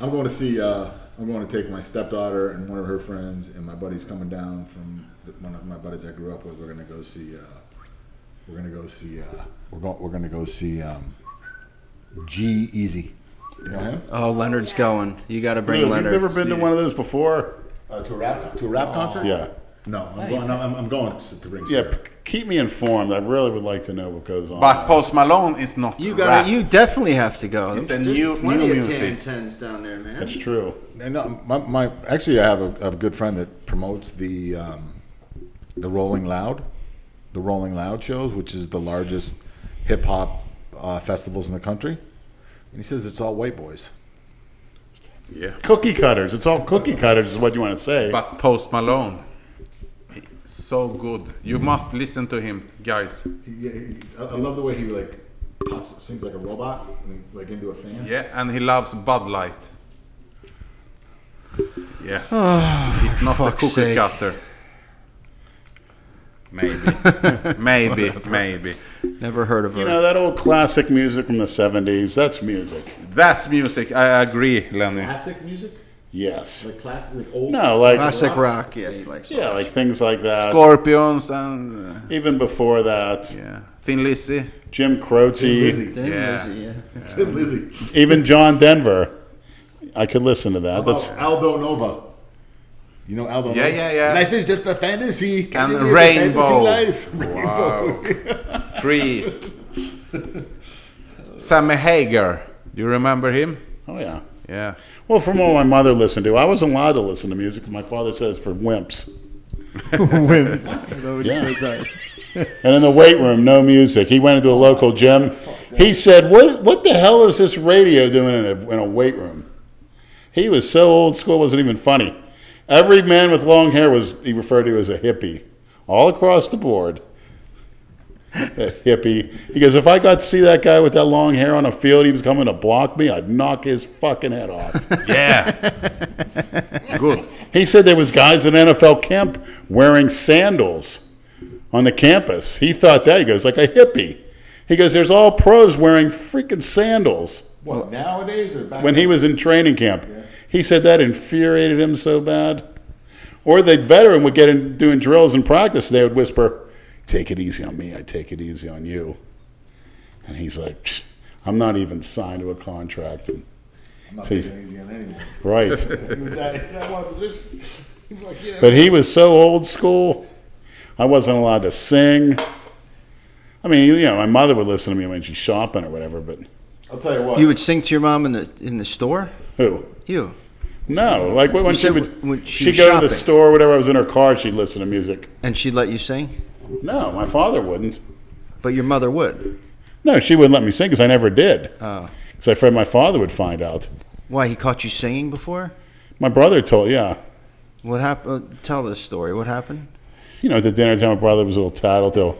I'm going to see. Uh, I'm going to take my stepdaughter and one of her friends, and my buddy's coming down from the, one of my buddies I grew up with. We're going to go see. Uh, we're going to go see. Uh, we're going. We're going to go see um, G Easy. You know him? Oh, Leonard's going. You got to Lou, bring Have you Leonard. ever been to one of those before? Uh, to a rap. To a rap concert. Yeah. No, I'm going. I'm, I'm going to, to bring. Yeah, p- keep me informed. I really would like to know what goes on. But Post Malone is not. you rap. got. to You definitely have to go. It's a new new Plenty of music. 10-10s down there, man. That's true. And uh, my, my actually, I have a, I have a good friend that promotes the um, the Rolling Loud, the Rolling Loud shows, which is the largest hip hop uh, festivals in the country. And he says it's all white boys. Yeah. Cookie cutters. It's all cookie cutters, is what you want to say. But Post Malone, he's so good. You must listen to him, guys. He, he, I I love the way he like talks, sings like a robot, and like into a fan. Yeah, and he loves Bud Light. Yeah, he's not a fuck's cookie sake. cutter. Maybe, maybe, maybe. Never heard of her. You know that old classic music from the '70s. That's music. That's music. I agree, Lenny. Classic music, Yes. like classic, like old. No, like Classic rock. Yeah, he likes. yeah, like things like that. Scorpions and uh, Even before that, yeah, Thin Lizzy. Jim Croce, Damn, Yeah. Lizzy, yeah. Tim Lizzy, even John Denver. I could listen to that. That's oh, Aldo Nova. You know Aldo. Yeah, Nova? yeah, yeah. Life is just a fantasy. Can And you live a Rainbow. fantasy life? Wow. Treat. Sammy Hager. Do you remember him? oh yeah. Yeah. Well, from what my mother listened to, I wasn't allowed to listen to music. 'cause My father says for wimps. Whims. Yeah. and in the weight room, no music. He went into a local gym. He said, "What? What the hell is this radio doing in a, in a weight room?" He was so old school; it wasn't even funny. Every man with long hair was he referred to as a hippie, all across the board. That hippie. He goes, if I got to see that guy with that long hair on a field, he was coming to block me, I'd knock his fucking head off. Yeah. Good. He said there was guys in NFL camp wearing sandals on the campus. He thought that. He goes, like a hippie. He goes, there's all pros wearing freaking sandals. What nowadays or back when he was in training camp. He said that infuriated him so bad. Or the veteran would get in doing drills in practice. They would whisper, "Take it easy on me. I take it easy on you." And he's like, "Psh, "I'm not even signed to a contract." And I'm not so he's- taking it easy on anyone. right. that, that one position. He's like, yeah. But he was so old school. I wasn't allowed to sing. I mean, you know, my mother would listen to me when she's shopping or whatever. But I'll tell you what. You would sing to your mom in the in the store. who? You. No, like when You she said would, when she she'd was go to shopping. the store, or whatever. I was in her car. She'd listen to music. And she'd let you sing, No, my father wouldn't. but your mother would. No, she wouldn't let me sing because I never did. Oh. Because I afraid my father would find out. Why he caught you singing before? My brother told, yeah, What happened? Tell this story. What happened? you know, at the dinner time, my brother was a little tattletale. You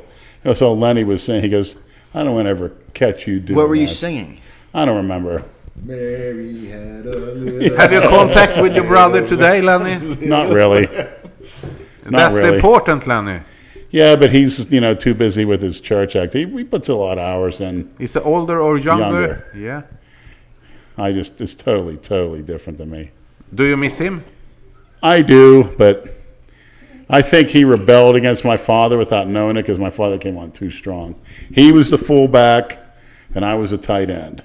know, so Lenny was saying, he goes, "I don't want to ever catch you doing." What were you that." singing? I don't remember. Mary had a little. Have you contact with your brother today, Lenny? Not really. Not That's really. important, Lenny. Yeah, but he's you know too busy with his church activity. He puts a lot of hours in. Is he older or younger? Younger. Yeah. I just it's totally totally different than me. Do you miss him? I do, but I think he rebelled against my father without knowing it because my father came on too strong. He was the fullback, and I was a tight end,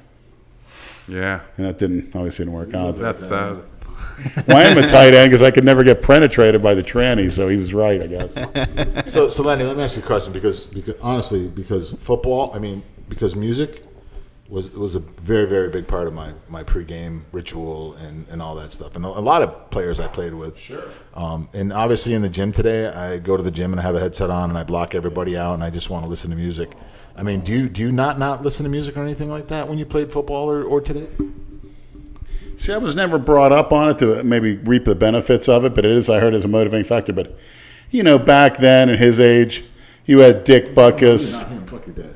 Yeah. and that didn't obviously didn't work out. That's uh, sad. Why am a tight end? Because I could never get penetrated by the tranny. So he was right, I guess. So, so Lenny, let me ask you a question because, because honestly, because football, I mean, because music was was a very very big part of my my pregame ritual and and all that stuff, and a, a lot of players I played with. Sure. Um, and obviously, in the gym today, I go to the gym and I have a headset on and I block everybody out and I just want to listen to music. I mean, do you do you not not listen to music or anything like that when you played football or, or today? See, I was never brought up on it to maybe reap the benefits of it, but it is, I heard, is a motivating factor. But you know, back then at his age, you had Dick Buckus. Fuck your dad.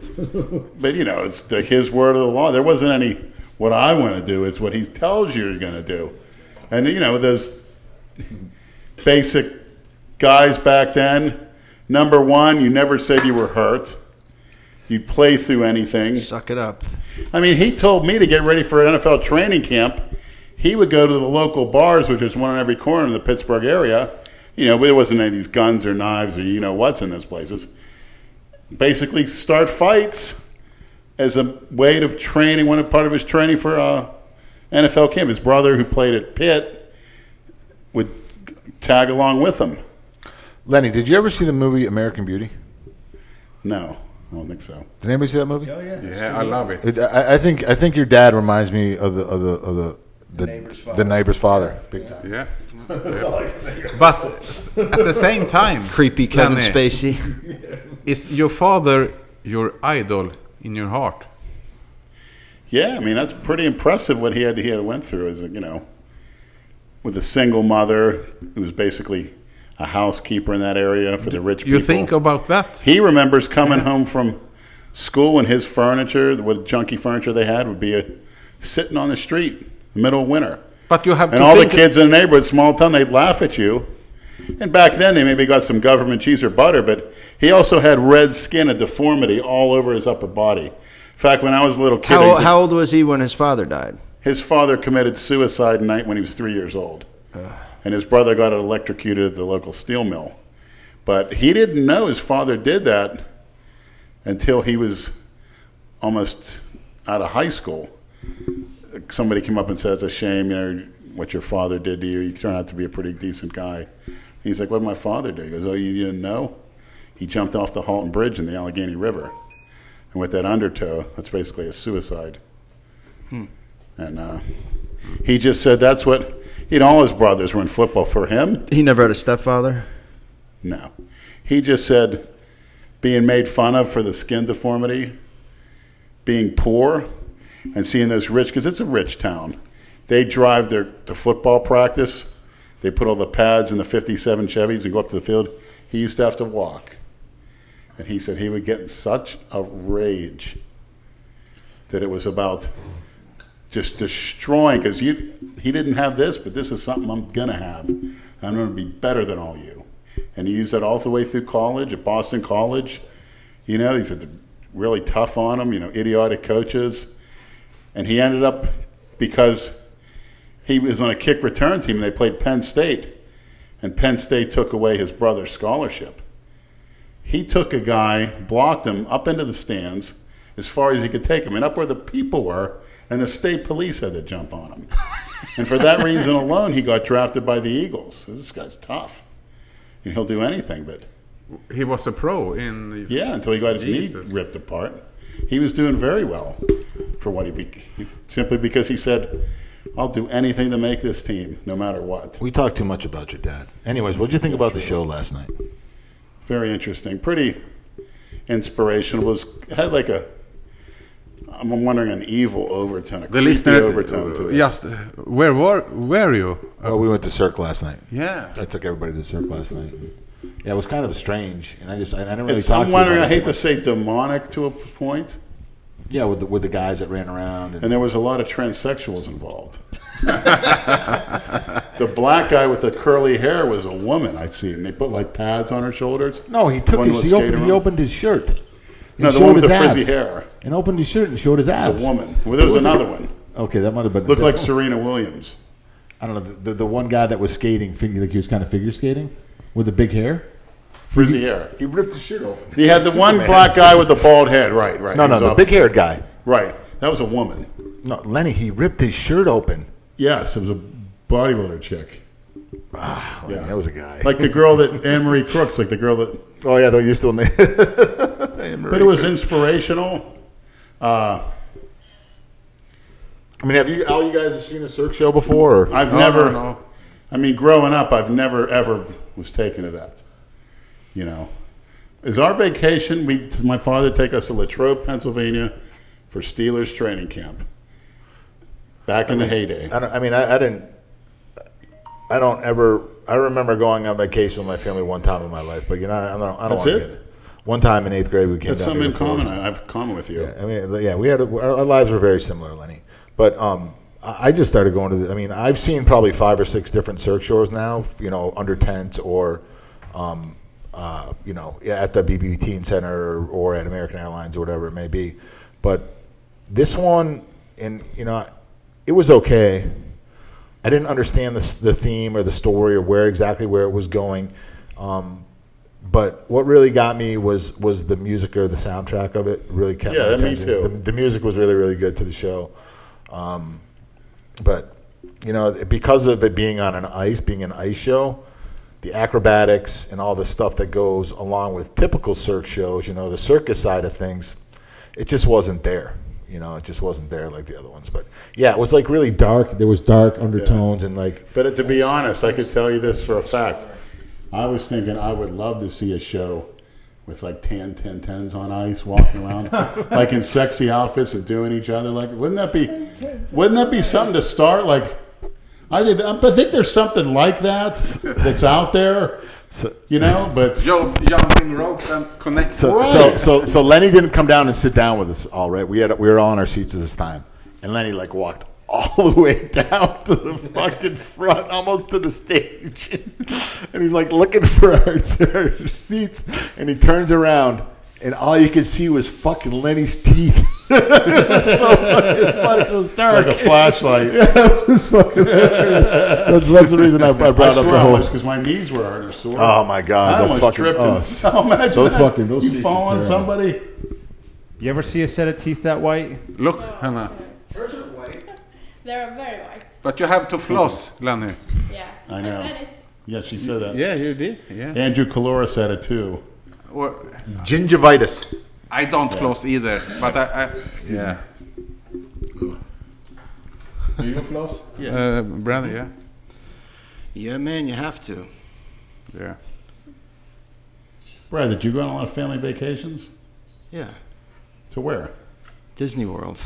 But you know, it's the, his word of the law. There wasn't any what I want to do. It's what he tells you you're going to do. And you know, those basic guys back then. Number one, you never said you were hurt. You play through anything. Suck it up. I mean, he told me to get ready for an NFL training camp. He would go to the local bars, which was one on every corner in the Pittsburgh area. You know, there wasn't any of these guns or knives or you know what's in those places. Basically, start fights as a way of training. One part of his training for uh, NFL camp. His brother, who played at Pitt, would tag along with him. Lenny, did you ever see the movie American Beauty? No, I don't think so. Did anybody see that movie? Oh yeah. Yeah, I love it. It, I, I think I think your dad reminds me of the of the of the the, neighbor's father. The neighbor's father, big time. Yeah. But s- at the same time, Creepy Kevin Lenny, Spacey. Is your father your idol in your heart? Yeah, I mean that's pretty impressive what he had he had went through as a, you know, with a single mother who was basically a housekeeper in that area for the rich You people. think about that? he remembers coming home from school and his furniture, what junky furniture they had, would be uh sitting on the street, middle of winter, But you have and to all the think kids in the neighborhood, small town, they'd laugh at you. And back then, they maybe got some government cheese or butter, but he also had red skin, a deformity all over his upper body. In fact, when I was a little kid, I How, used to- how old was he when his father died? his father committed suicide night when he was three years old, and his brother got electrocuted at the local steel mill. But he didn't know his father did that until he was almost out of high school. Somebody came up and said, "It's a shame, you know, what your father did to you. You turned out to be a pretty decent guy." He's like, "What did my father do?" He goes, "Oh, you didn't know? He jumped off the Halton Bridge in the Allegheny River, and with that undertow, that's basically a suicide." And uh, he just said that's what, you know, all his brothers were in football. For him, He never had a stepfather. no. He just said being made fun of for the skin deformity, being poor, and seeing those rich, because it's a rich town. They drive their to football practice, they put all the pads in the 57 Chevys and go up to the field. He used to have to walk. And he said he would get in such a rage that it was about just destroying because you he didn't have this, but this is something I'm gonna have. I'm gonna be better than all you. And he used that all the way through college at Boston College. You know, these are really tough on him. You know, idiotic coaches, and he ended up because he was on a kick return team. and They played Penn State, and Penn State took away his brother's scholarship. He took a guy, blocked him up into the stands as far as he could take him, and up where the people were, and the state police had to jump on him. and for that reason alone, he got drafted by the Eagles. This guy's tough, and he'll do anything. But he was a pro in the, yeah, until he got his Jesus. knee ripped apart. He was doing very well for what he be- simply because he said, "I'll do anything to make this team, no matter what." We talked too much about your dad. Anyways, what did you think about the show last night? Oh. very interesting, pretty inspirational. Was had like a I'm wondering an evil overtone, the a creepy listener. overtone to it. Yes, where were where you? Well, we went to Cirque last night. Yeah. I took everybody to Cirque last night. Yeah, it was kind of strange, and I just I, I didn't really It's, talk. I'm wondering. to I you hate to say demonic to a point. Yeah, with the, with the guys that ran around, and, And there was a lot of transsexuals involved. the black guy with the curly hair was a woman I'd seen. They put like pads on her shoulders. no, he took One his was he opened, skating he on. opened his shirt. and No, the showed one with his the frizzy abs. hair. and opened his shirt and showed his abs. It's a woman. Well, there was It wasn't- another one. Okay, that might have been a Looked like different- Serena Williams. I don't know the, the, the one guy that was skating, figure like he was kind of figure skating with the big hair. Frizzy hair. He ripped his shirt open. He had the one black guy with the bald head. Right, right. No, He no, was the off- big haired guy. Right. That was a woman. No, Lenny, he ripped his shirt open. Yes, it was a bodybuilder chick. Oh, yeah, that was a guy. Like the girl that Anne Marie Crooks, like the girl that oh yeah, though you're still. but But it was inspirational. Uh, I mean, have you all you guys have seen a Cirque show before? or- I've No, never. no, no. I mean, growing up, I've never ever was taken to that. You know, is our vacation? We does my father take us to Latrobe, Pennsylvania, for Steelers training camp. Back in the heyday, I, don't, I mean, I, I didn't. I don't ever. I remember going on vacation with my family one time in my life, but you know, I don't. I don't That's want to it? get One time in eighth grade, we came. that's down something here in to common. Florida. I have common with you. I mean, yeah, we had our, our lives were very similar, Lenny. But um, I I just started going to. The, I mean, I've seen probably five or six different Cirque shows now. You know, under tent or, um, uh, you know, yeah, at the BBT Center or, or at American Airlines or whatever it may be. But this one, and you know, it was okay. I didn't understand the, the theme or the story or where exactly where it was going. Um, but what really got me was was the music or the soundtrack of it really kept Yeah, my that me attention. too. The, the music was really really good to the show, um, but you know because of it being on an ice, being an ice show, the acrobatics and all the stuff that goes along with typical circus shows, you know, the circus side of things, it just wasn't there. You know, it just wasn't there like the other ones. But yeah, it was like really dark. There was dark undertones and like But to be honest, I could tell you this for a fact. I was thinking I would love to see a show with like tan 10 10s on ice walking around like in sexy outfits and doing each other like wouldn't that be wouldn't that be something to start like I did I think there's something like that that's out there you know but Yo, jumping ropes and connect. So, so, so, so Lenny didn't come down and sit down with us. All right, we had we were all on our seats at this time, and Lenny like walked all the way down to the fucking front, almost to the stage, and he's like looking for our, our seats, and he turns around, and all you could see was fucking Lenny's teeth. it was so fucking funny. It was dark. like a flashlight it was fucking hilarious. that's, that's the reason I, I brought I up swear the whole. because my knees were hurting or sore Oh my I god! the almost fucking, tripped oh. and fell. Imagine those that. fucking those you seats are fall on terrible. somebody You ever see a set of teeth that white? Look, Hannah. Hers are white. They're very white. But you have to floss, Lenny. Yeah. I know. said it. yeah she said that Yeah, you did. Yeah. Andrew Calora said it too Or, Gingivitis. I don't floss either, but I. I yeah. Do you floss? Yeah. Uh, Brandon, yeah. Yeah, man, you have to. Yeah. Brad, did you go on a lot of family vacations? Yeah, To where? Disney World.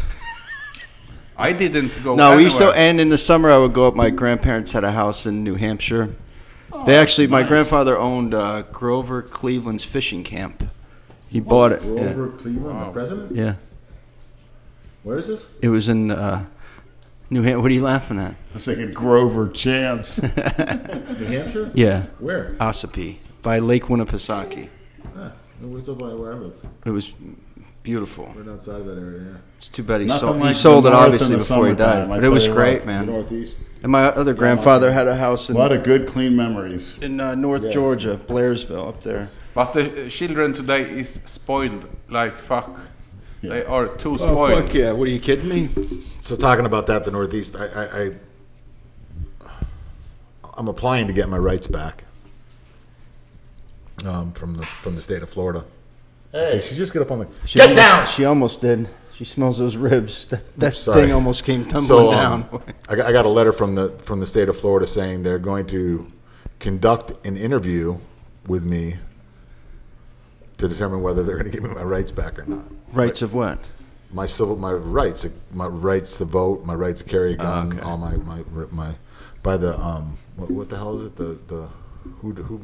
I didn't go. No, Uh, we used to, anywhere. and in the summer I would go up. My grandparents had a house in New Hampshire. Oh, they actually, my grandfather owned uh, Grover Cleveland's fishing camp He bought it. We're yeah. over Cleveland, the president? Yeah. Where is this? It was in uh, New Hampshire. What are you laughing at? I was thinking Grover Chance. New Hampshire? Yeah. Where? Ossipee, by Lake Winnipesaukee. Ah, it's up by where I live. It was beautiful. Right outside of that area, yeah. It's too bad he Nothing sold, he like sold the it north obviously in the before he died. summertime, I But it tell was you great, what, man. the Northeast. And my other grandfather had a house in A lot of good, clean memories. in uh, North Georgia, Blairsville, up there. But the uh, children today is spoiled like fuck. They are too Oh, spoiled. fuck yeah. What are you kidding me? So talking about that, the Northeast, I, I, I I'm applying to get my rights back um, from the from the state of Florida. Hey, she just get up on the She almost- She almost did. She smells those ribs. That, that Sorry. thing almost came tumbling So, down. um, I, got, I got a letter from the from the state of Florida saying they're going to conduct an interview with me to determine whether they're going to give me my rights back or not. Rights of what? My civil, my rights, my rights to vote, my right to carry a Ah, gun, all my, my my by the um what, what the hell is it the the who who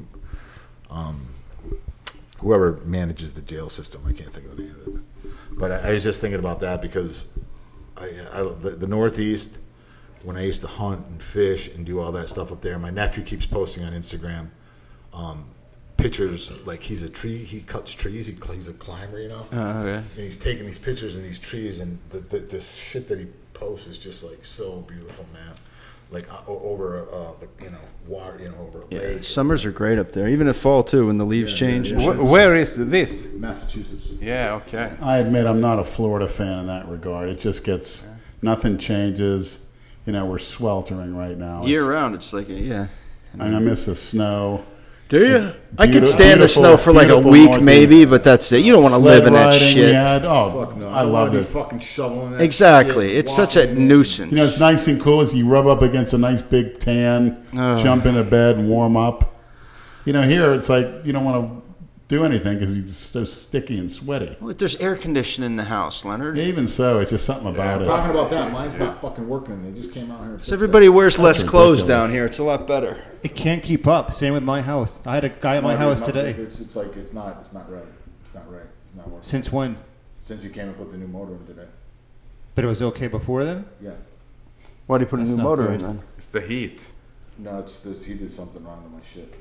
um whoever manages the jail system. I can't think of the name of it. But I, I was just thinking about that because I, I the, the Northeast, when I used to hunt and fish and do all that stuff up there, my nephew keeps posting on Instagram um, pictures like he's a tree. He cuts trees. He, cl- he's a climber, you know. Oh, okay. And he's taking these pictures in these trees, and the, the this shit that he posts is just like so beautiful, man. Like uh, o- over uh, the you know water, you know over a Yeah, lake. summers are great up there, even in fall too, when the leaves change. and Wh- shit. where is this? Massachusetts. Yeah, okay. I admit I'm not a Florida fan in that regard. It just gets nothing changes. You know, we're sweltering right now. Year round, it's like yeah. and I miss the snow. Do you? I could Beautiful- stand the snow for like a beautiful week, Northeast. maybe, but that's it. You don't want to Sled live in that riding, shit. Yeah, oh, I love you it. Fucking shoveling that Exactly. shit, It's such walking a nuisance. You know, it's nice and cool as you rub up against a nice big tan, Ugh. jump into bed and warm up. You know, here it's like you don't want to do anything because it's so sticky and sweaty. Well, there's air conditioning in the house, Leonard. Even so, it's just something about Talking it. about that, mine's not fucking working. They just came out here. and fixed So everybody wears That's less clothes ridiculous. down here. It's a lot better. It can't keep up. Same with my house. I had a guy at it. my No, house no, today. It's, it's like it's not. It's not right. It's not right. It's not working. Since when? Since you came up with the new motor in today, But it was okay before then. yeah. Why'd he put That's a new not motor good. in then? It's the heat. No, it's this. He did something wrong to my shit.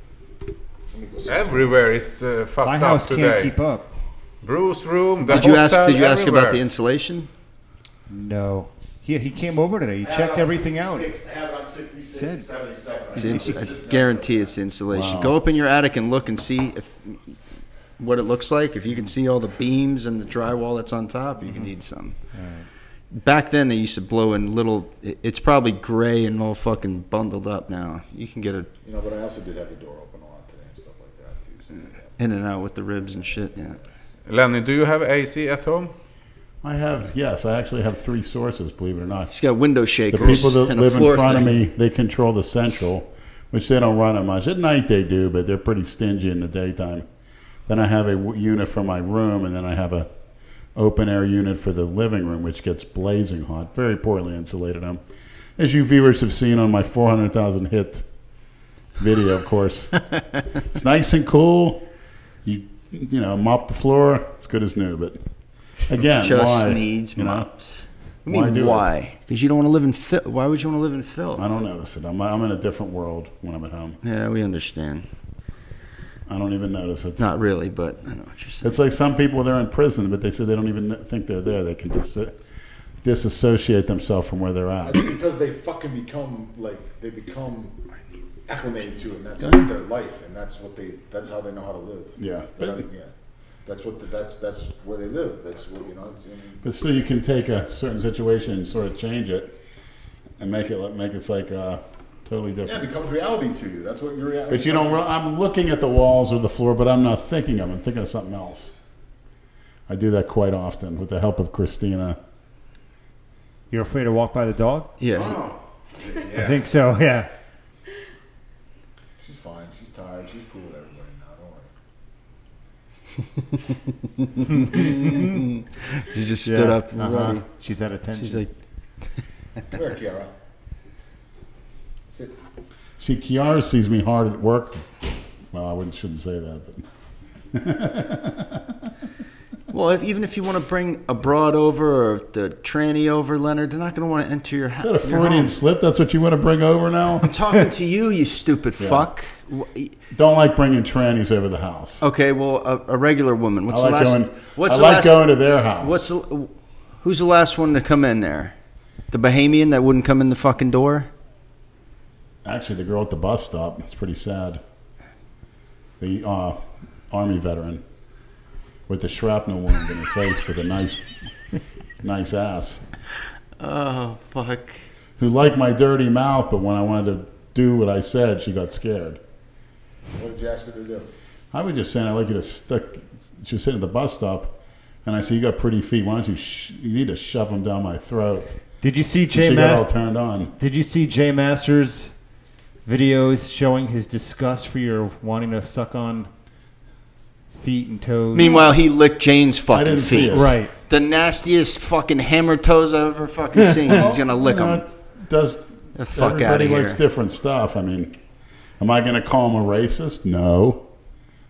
Let me go see. Everywhere is uh, fucked My up house today. can't keep up. Bruce room. The Did you ask? hotel, Did you ask about the everywhere. insulation? No. He, he came over today. He checked everything out. Said- It's ins- I guarantee it's insulation. Go up in your attic and look and see if, what it looks like. If you can see all the beams and the drywall that's on top, you can Mm-hmm. need some. Back then, they used to blow in little. it- It's probably gray and all fucking bundled up now. You can get it You know, but I also did have the door open a lot today and stuff like that too. So yeah. in and out with the ribs and shit. Yeah. Lenny, do you have AC at home? I have yes, I actually have three sources. Believe it or not, He's got window the shakers. people that and a live in floor front of thing. me, they control the central, which they don't run it much. At night they do, but they're pretty stingy in the daytime. Then I have a w- unit for my room, and then I have a open air unit for the living room, which gets blazing hot. Very poorly insulated. i as you viewers have seen on my 400,000 hit video, of course. it's nice and cool. You you know mop the floor, it's good as new. But again, Just why? needs you know? mops. I Why mean, do it? why? Because you don't want to live in filth. Why would you want to live in filth? I don't notice it. I'm, I'm in a different world when I'm at home. Yeah, we understand. I don't even notice it. Not really, but I know what you're saying. It's like some people they're in prison, but they say they don't even think they're there. They can dis- disassociate themselves from where they're at. That's because they fucking become like they become acclimated to it, and that's their life, and that's what they. That's how they know how to live. Yeah, but, They don't- yeah. That's what. The, that's that's where they live. That's what you know. it's- and- but still, you can take a certain situation and sort of change it and make it make it's like uh, totally Yeah, it different. becomes reality to you. That's what your reality. But you don't. re- I'm looking at the walls or the floor, but I'm not thinking of. it. I'm thinking of something else. I do that quite often with the help of Christina. You're afraid to walk by the dog? Yeah. I think so. Yeah. She's fine. She's tired. She's cool with everybody now. Don't worry. She just stood Yeah. up and Uh-huh. ready. She's at attention. She's like, Come here, Kiara. Sit. See, Kiara sees me hard at work. Well, I wouldn't, shouldn't say that, but Well, if, even if you want to bring a broad over or the tranny over, Leonard, they're not going to want to enter your house. Is that a Freudian slip? That's what you want to bring over now? I'm talking to you, you stupid fuck. Don't like bringing trannies over the house. Okay, well, a, a regular woman. What's I like the Oh, last? going- I like going to their house. What's the- who's the last one to come in there? The Bahamian that wouldn't come in the fucking door. Actually, the girl at the bus stop. That's pretty sad. The uh, army veteran with the shrapnel wound in her face with a nice, nice ass. Oh fuck! Who liked my dirty mouth, but when I wanted to do what I said, she got scared. What did you ask her to do? I was just saying, I'd like you to stick. She was sitting at the bus stop, and I said, "You got pretty feet. Why don't you? Sh- you need to shove them down my throat." Did you see And Jay She got all Masters? turned on. Did you see Jay Masters videos showing his disgust for your wanting to suck on feet and toes? Meanwhile, he licked Jane's fucking didn't feet. see it. Right. The nastiest fucking hammer toes I've ever fucking seen. He's gonna lick You know, them. it Does The fuck outta everybody likes here. different stuff? I mean, am I going to call him a racist? No,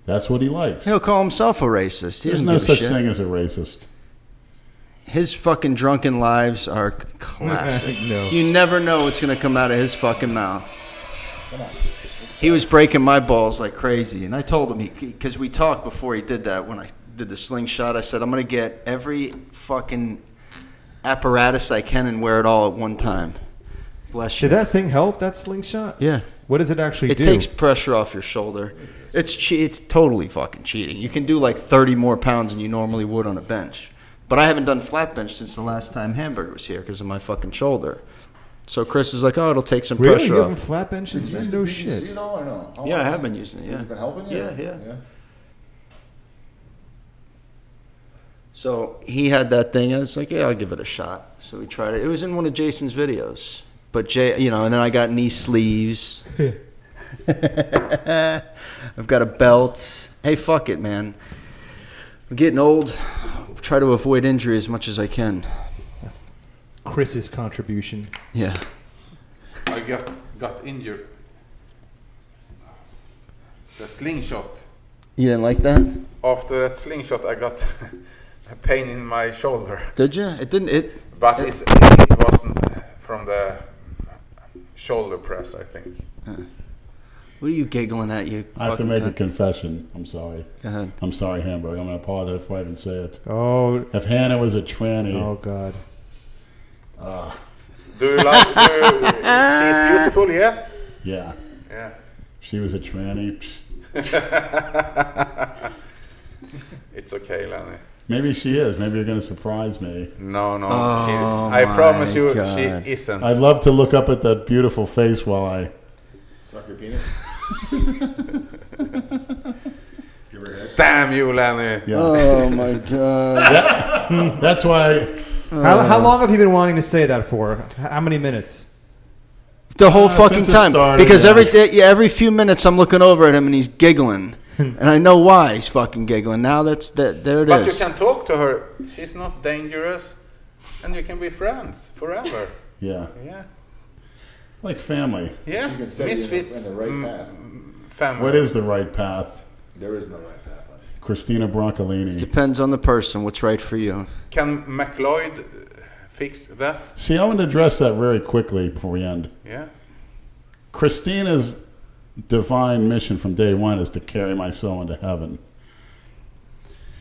that's what he likes. He'll call himself a racist. He There's doesn't no give a such shit. thing as a racist. His fucking drunken lives are classic. No. You never know what's gonna come out of his fucking mouth. He was breaking my balls like crazy, and I told him because we talked before he did that. When I did the slingshot, I said I'm gonna get every fucking apparatus I can and wear it all at one time. Bless you. Did that thing help? That slingshot? Yeah. What does it actually It do? takes pressure off your shoulder. It's che- it's totally fucking cheating. You can do like 30 more pounds than you normally would on a bench. But I haven't done flat bench since the last time Hamburger was here because of my fucking shoulder. So Chris is like, oh, it'll take some really? You pressure have off. flat bench and stuff? No shit. it all or no? How Yeah, I long- have been using it. Yeah, You've been helping you? Yeah, yeah. yeah. So he had that thing. I was like, yeah, I'll give it a shot. So we tried it. It was in one of Jason's videos. But Jay, you know, and then I got knee sleeves. I've got a belt. Hey, fuck it, man. I'm getting old. Try to avoid injury as much as I can. Chris's contribution. Yeah. I got, got injured. The slingshot. You didn't like that? After that slingshot, I got a pain in my shoulder. Did you? It didn't. It. But it's, it wasn't from the shoulder press, I think. What are you giggling at? You. I have to fucking Uh-huh. make a cunt? confession. I'm sorry. Go ahead. I'm sorry, Hamburg. I'm going to apologize before I even say it. Oh, If Hannah was a tranny, oh God. Do you like? do you- she's beautiful, yeah. yeah, Yeah. she was a tranny. psh, It's okay, Lenny. Maybe she is. Maybe you're going to surprise me. No, no. Oh, she, I promise my you, God. she isn't. I'd love to look up at that beautiful face while I. Suck your penis. Give her a head. Damn you, Lenny. Yeah. Oh my god. That's why. how, Uh. how long have you been wanting to say that for? H- How many minutes? The Ah, whole Uh, fucking since it time. started, because yeah. every day, yeah, every few minutes I'm looking over at him and he's giggling, and I know why he's fucking giggling. Now that's that. There it is. But you can talk to her. She's not dangerous, and you can be friends forever. Yeah. Yeah, Like family. yeah. She can set you in the- in Misfits the right mm, path. family. What is the right path? There is no right path. honey. Christina Broncolini. Depends on the person. What's right for you? Can McLeod uh, fix that? See, I want to address that very quickly before we end. Yeah. Christina's divine mission from day one is to carry my soul into heaven.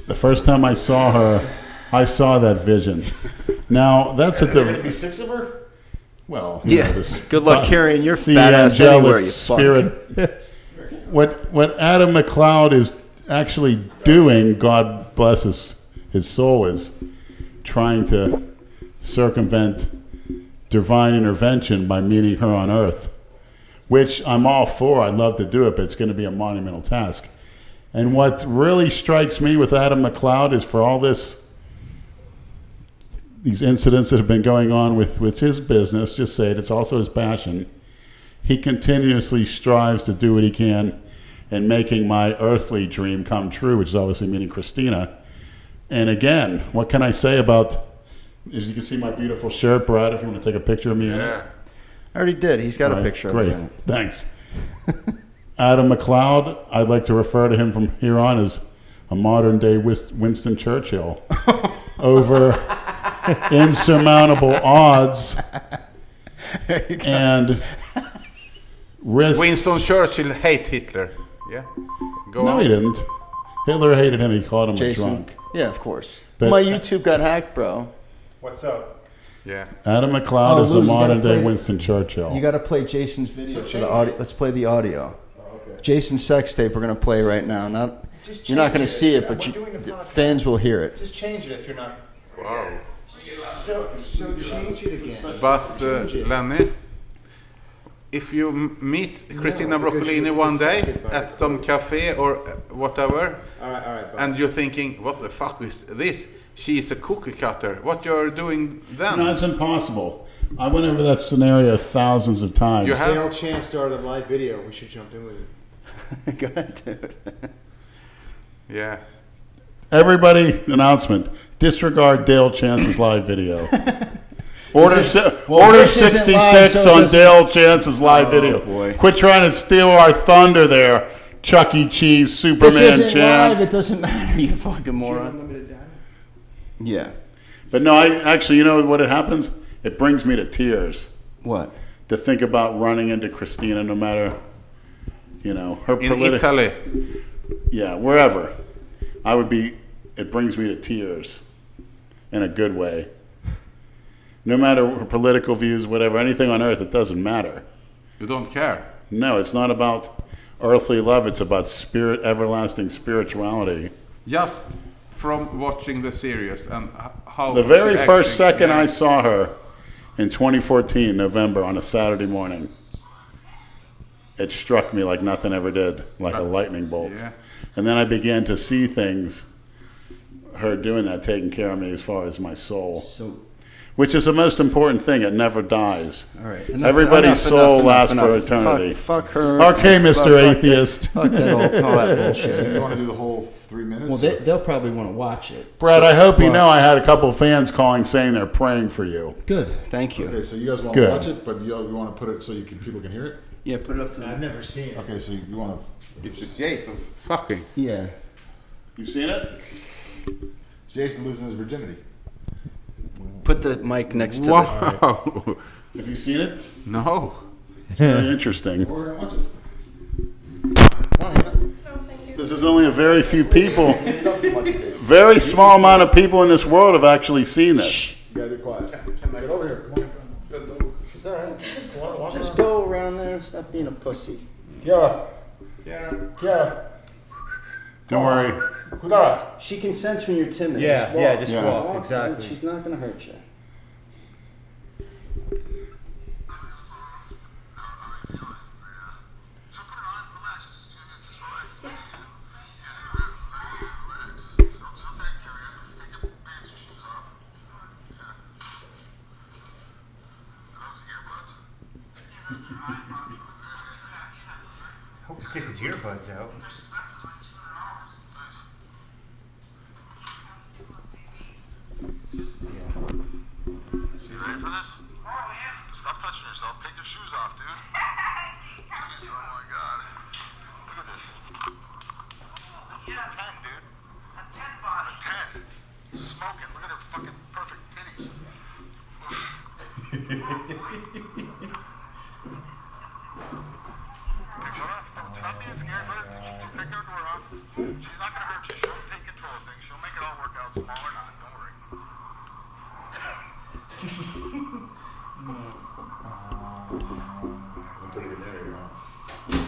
The first time I saw her, I saw that vision. Now that's a div- Six of her? well. you Yeah. know, this- Good luck but carrying your the fat ass angelic anywhere. You fuck. spirit. what what Adam McLeod is actually doing, God bless his his soul, is trying to circumvent divine intervention by meeting her on earth, which I'm all for. I'd love to do it, but it's going to be a monumental task. And what really strikes me with Adam McLeod is for all this, these incidents that have been going on with, with his business, just say it, it's also his passion. He continuously strives to do what he can in making my earthly dream come true, which is obviously meeting Christina. And again, what can I say about, as you can see, my beautiful shirt, Brad, if you want to take a picture of me in it. I already did. He's got a Right, picture. Great, Of it. thanks. Adam McLeod, I'd like to refer to him from here on as a modern day Wis- Winston Churchill over insurmountable odds and risks. Winston Churchill hate Hitler. Yeah. Go no, on. he didn't. Hitler hated him. He called him a drunk. Yeah, of course. But- My YouTube got hacked, bro. What's up? Yeah. Adam McLeod Oh, is Lou, a you gotta modern day play- Winston Churchill. You got to play Jason's video Oh, for the audio. Let's play the audio. Jason's sex tape we're gonna play right now. Not Just you're not change gonna it. see it, Yeah, but we're you, doing a the podcast. fans will hear it. Just change it if you're not. Wow. So, so change it again. But uh, Lenny, if you m- meet Christina Broccolini one day at some cafe or uh, whatever, All right, all right. bye. and you're thinking, "What the fuck is this? She's a cookie cutter. What you're doing then?" No, it's impossible. I went over that scenario thousands of times. You have- Dale Chan started a live video. We should jump in with it. Go ahead, dude. yeah. Everybody, announcement: disregard Dale Chance's live video. Order, This is- si- well, order this isn't live, 66 so on this- Dale Chance's live Oh, video. boy. Quit trying to steal our thunder there, Chuck E. Cheese, Superman This isn't Chance. live. It doesn't matter. You fucking moron. Unlimited data. Yeah. But no, I actually, you know what it happens? It brings me to tears What? to think about running into Christina, no matter, you know, her In politi- Italy, Yeah, wherever. I would be, it brings me to tears in a good way. No matter her political views, whatever, anything on earth, it doesn't matter. you don't care. No, it's not about earthly love, it's about spirit, everlasting spirituality. Just from watching the series and h- how The very she first acting, second yeah. I saw her in 2014, November, on a Saturday morning, it struck me like nothing ever did, like a Uh, lightning bolt. Yeah. And then I began to see things, her doing that, taking care of me as far as my soul, So which is the most important thing. It never dies. all right. Everybody's soul lasts for eternity. Fuck, fuck her. Okay, Mr. Fuck- fuck that- Atheist. Fuck that all, all that bullshit. You want to do the whole three minutes? Well, they, they'll probably want to watch it. Brad, I hope you know I had a couple fans calling saying they're praying for you. Good. Thank you. okay, so you guys want Good. to watch it, but you, you want to put it so you can people can hear it. Yeah. Put it up to. I've never seen it. Okay, so you, you want to. It's Jason. Fucking. Yeah. You've seen it? Jason losing his virginity. Put the mic next to. The, Wow. Have you seen it? No. It's very interesting. We're gonna watch it. No, you're not. You No, thank you. This is only a very few people, don't see much of Jason. very small amount of people in this world have actually seen this. You gotta be quiet. Get over here. Come on. She's all right. Just go around there and stop being a pussy. Kiara. Kiara. Kiara. Don't worry. Kudara. She can sense when you're timid. Yeah, just walk. yeah, just Yeah. walk, Walk, exactly. She's not going to hurt you. Hope he took his earbuds out. Ready for this? Oh, yeah. Stop touching yourself. Take your shoes off, dude. Jeez, oh my god. Look at this. Yeah. 10, dude. A 10 body. 10. Smoking. Look at her fucking perfect titties. Take her off. Don't- Stop being scared. Let her t- just take her door off. She's not gonna hurt you. She'll take control of things. She'll make it all work out, small or not. Don't worry. I'm pretty good there, you know.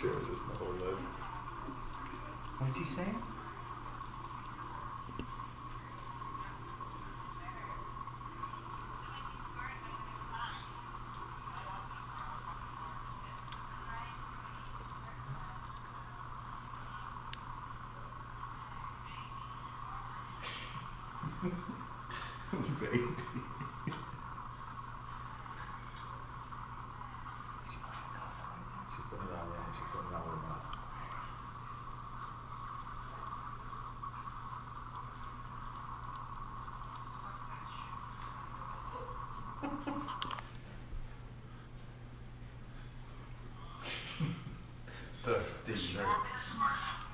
Cheers, this my whole life. What's he saying? She's putting it out there. She's putting it out with her mouth. Dirty nerd.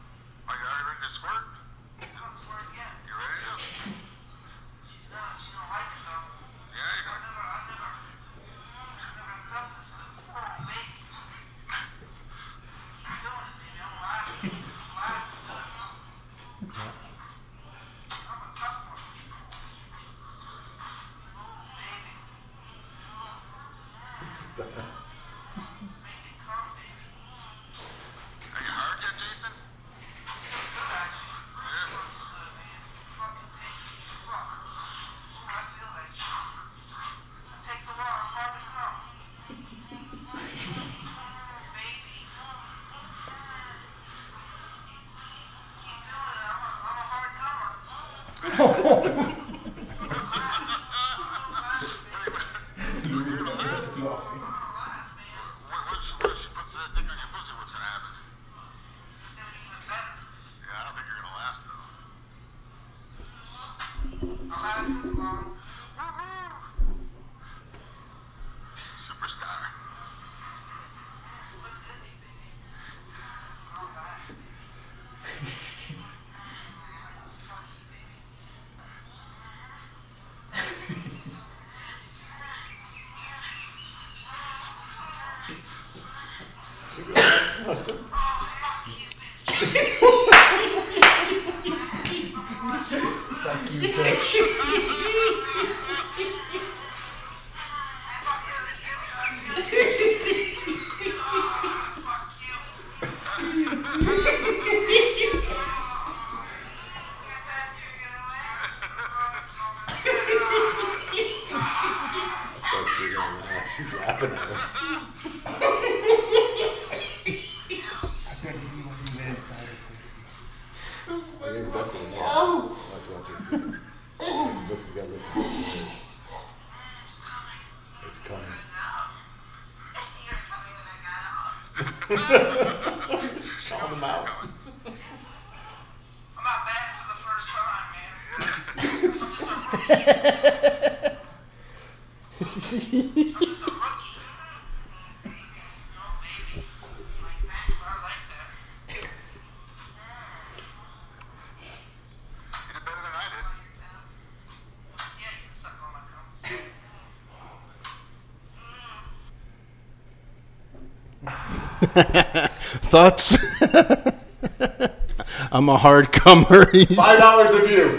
Thoughts? I'm a hard comer. He's- Five dollars a view.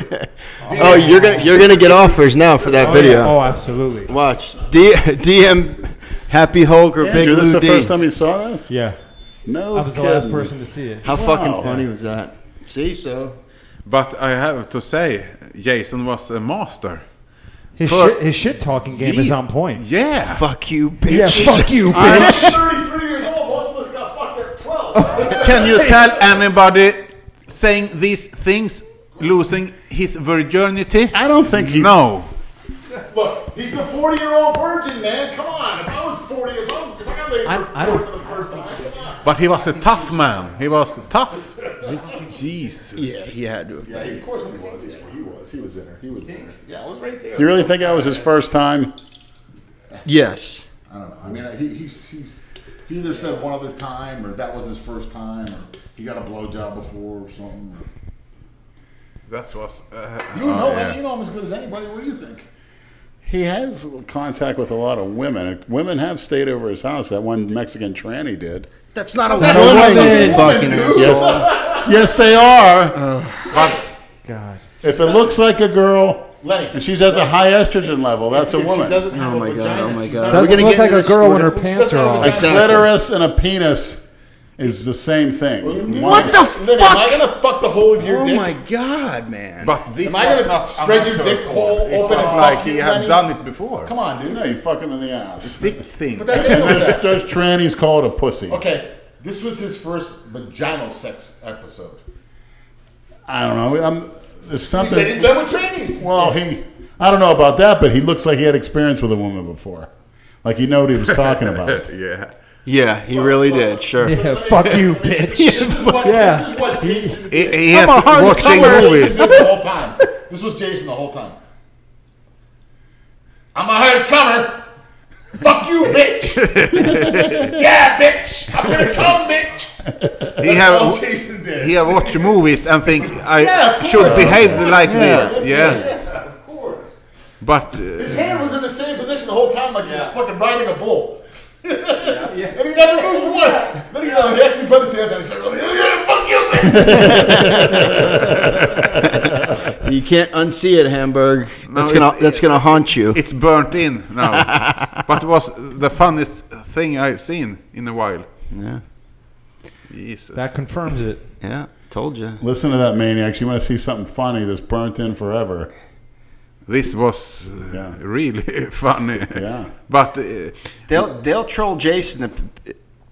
Oh, you're gonna you're gonna get offers now for that Oh, video. yeah. Oh, absolutely. Watch D- DM Happy Hulk or Yeah, Big Drew, Lou this is the D. first time you saw that? Yeah. No I was the last kidding. person to see it. How Wow. fucking funny was that? See, so But I have to say, Jason was a master. His For- shit, his shit talking game is He's- on point. Yeah. Fuck you, Yeah, fuck you, I'm- bitch. 33 years old. Most of us got fucked at 12. Can you tell anybody saying these things losing his virginity? I don't think he. No. Look, he's the 40 year old virgin, man. Come on. If I was 40, if I, if I got laid for, I don't- for the first time, come on. But he was a tough man. He was tough. Jesus. yeah, he had to. Have Yeah, of course he was. Yeah, he was. He was in her. He was in her. Yeah, I was right there. Do you really think that was his first time? Yes. I don't know. I mean, he, he's, he's, he either said one other time, or that was his first time, or he got a blowjob before, or something. That was. Uh, You don't know. oh, man. You know him as good as anybody. What do you think? He has contact with a lot of women. Women have stayed over his house. That one Mexican tranny did. That's not a That's a woman, woman, you fucking dude. asshole. Yes, yes, they are. God. If it looks like a girl Lenny. and she has a high estrogen level, that's a If she woman. doesn't have Oh a my God, vagina, oh my she's God. not- We're Doesn't gonna look get like a into girl this- when her She pants doesn't are have a off. vagina. A Exactly. clitoris and a penis is the same thing. What the Lenny, Am I fuck? gonna fuck the whole of your Oh dick? my god, man. But this Am I was gonna not spread your amateur dick porn. hole It open was and like fuck he you, had Lenny? done it before. Come on, dude. No, you fuck him in the ass. Sick thing. But that's And those, it. those trannies call it a pussy. Okay, this was his first vaginal sex episode. I don't know. I'm, there's He said something. he's been with trannies. Well, he. I don't know about that, but he looks like he had experience with a woman before. Like he knew what he was talking about. yeah. Yeah, he really did. Sure. Yeah, fuck you, bitch. This is what, Yeah. this is what Jason He, did. he I'm has a hard watching comer. Jason movies. did the whole time. This was Jason the whole time. I'm a hard comer. Fuck you, bitch. yeah, bitch. I'm gonna come, bitch. He That's all have Jason did. he have watched movies and think I Yeah, of course. should behave like Yeah. this. Yeah, Yeah, of course. but uh, His hand was in the same position the whole time, like he was fucking riding a bull. And he never moved one. Then he, uh, he actually put his hands down. He said, "Really, "Yeah, fuck you, bitch." you can't unsee it, Hamburg. No, That's gonna it's- that's gonna haunt you. it's burnt in now. but it was the funniest thing I've seen in a while. Yeah. Jesus. That confirms it. Yeah, told you. Listen to that maniac. You want to see something funny that's burnt in forever. This was uh, really funny. Yeah. But uh, They'll they'll troll Jason if,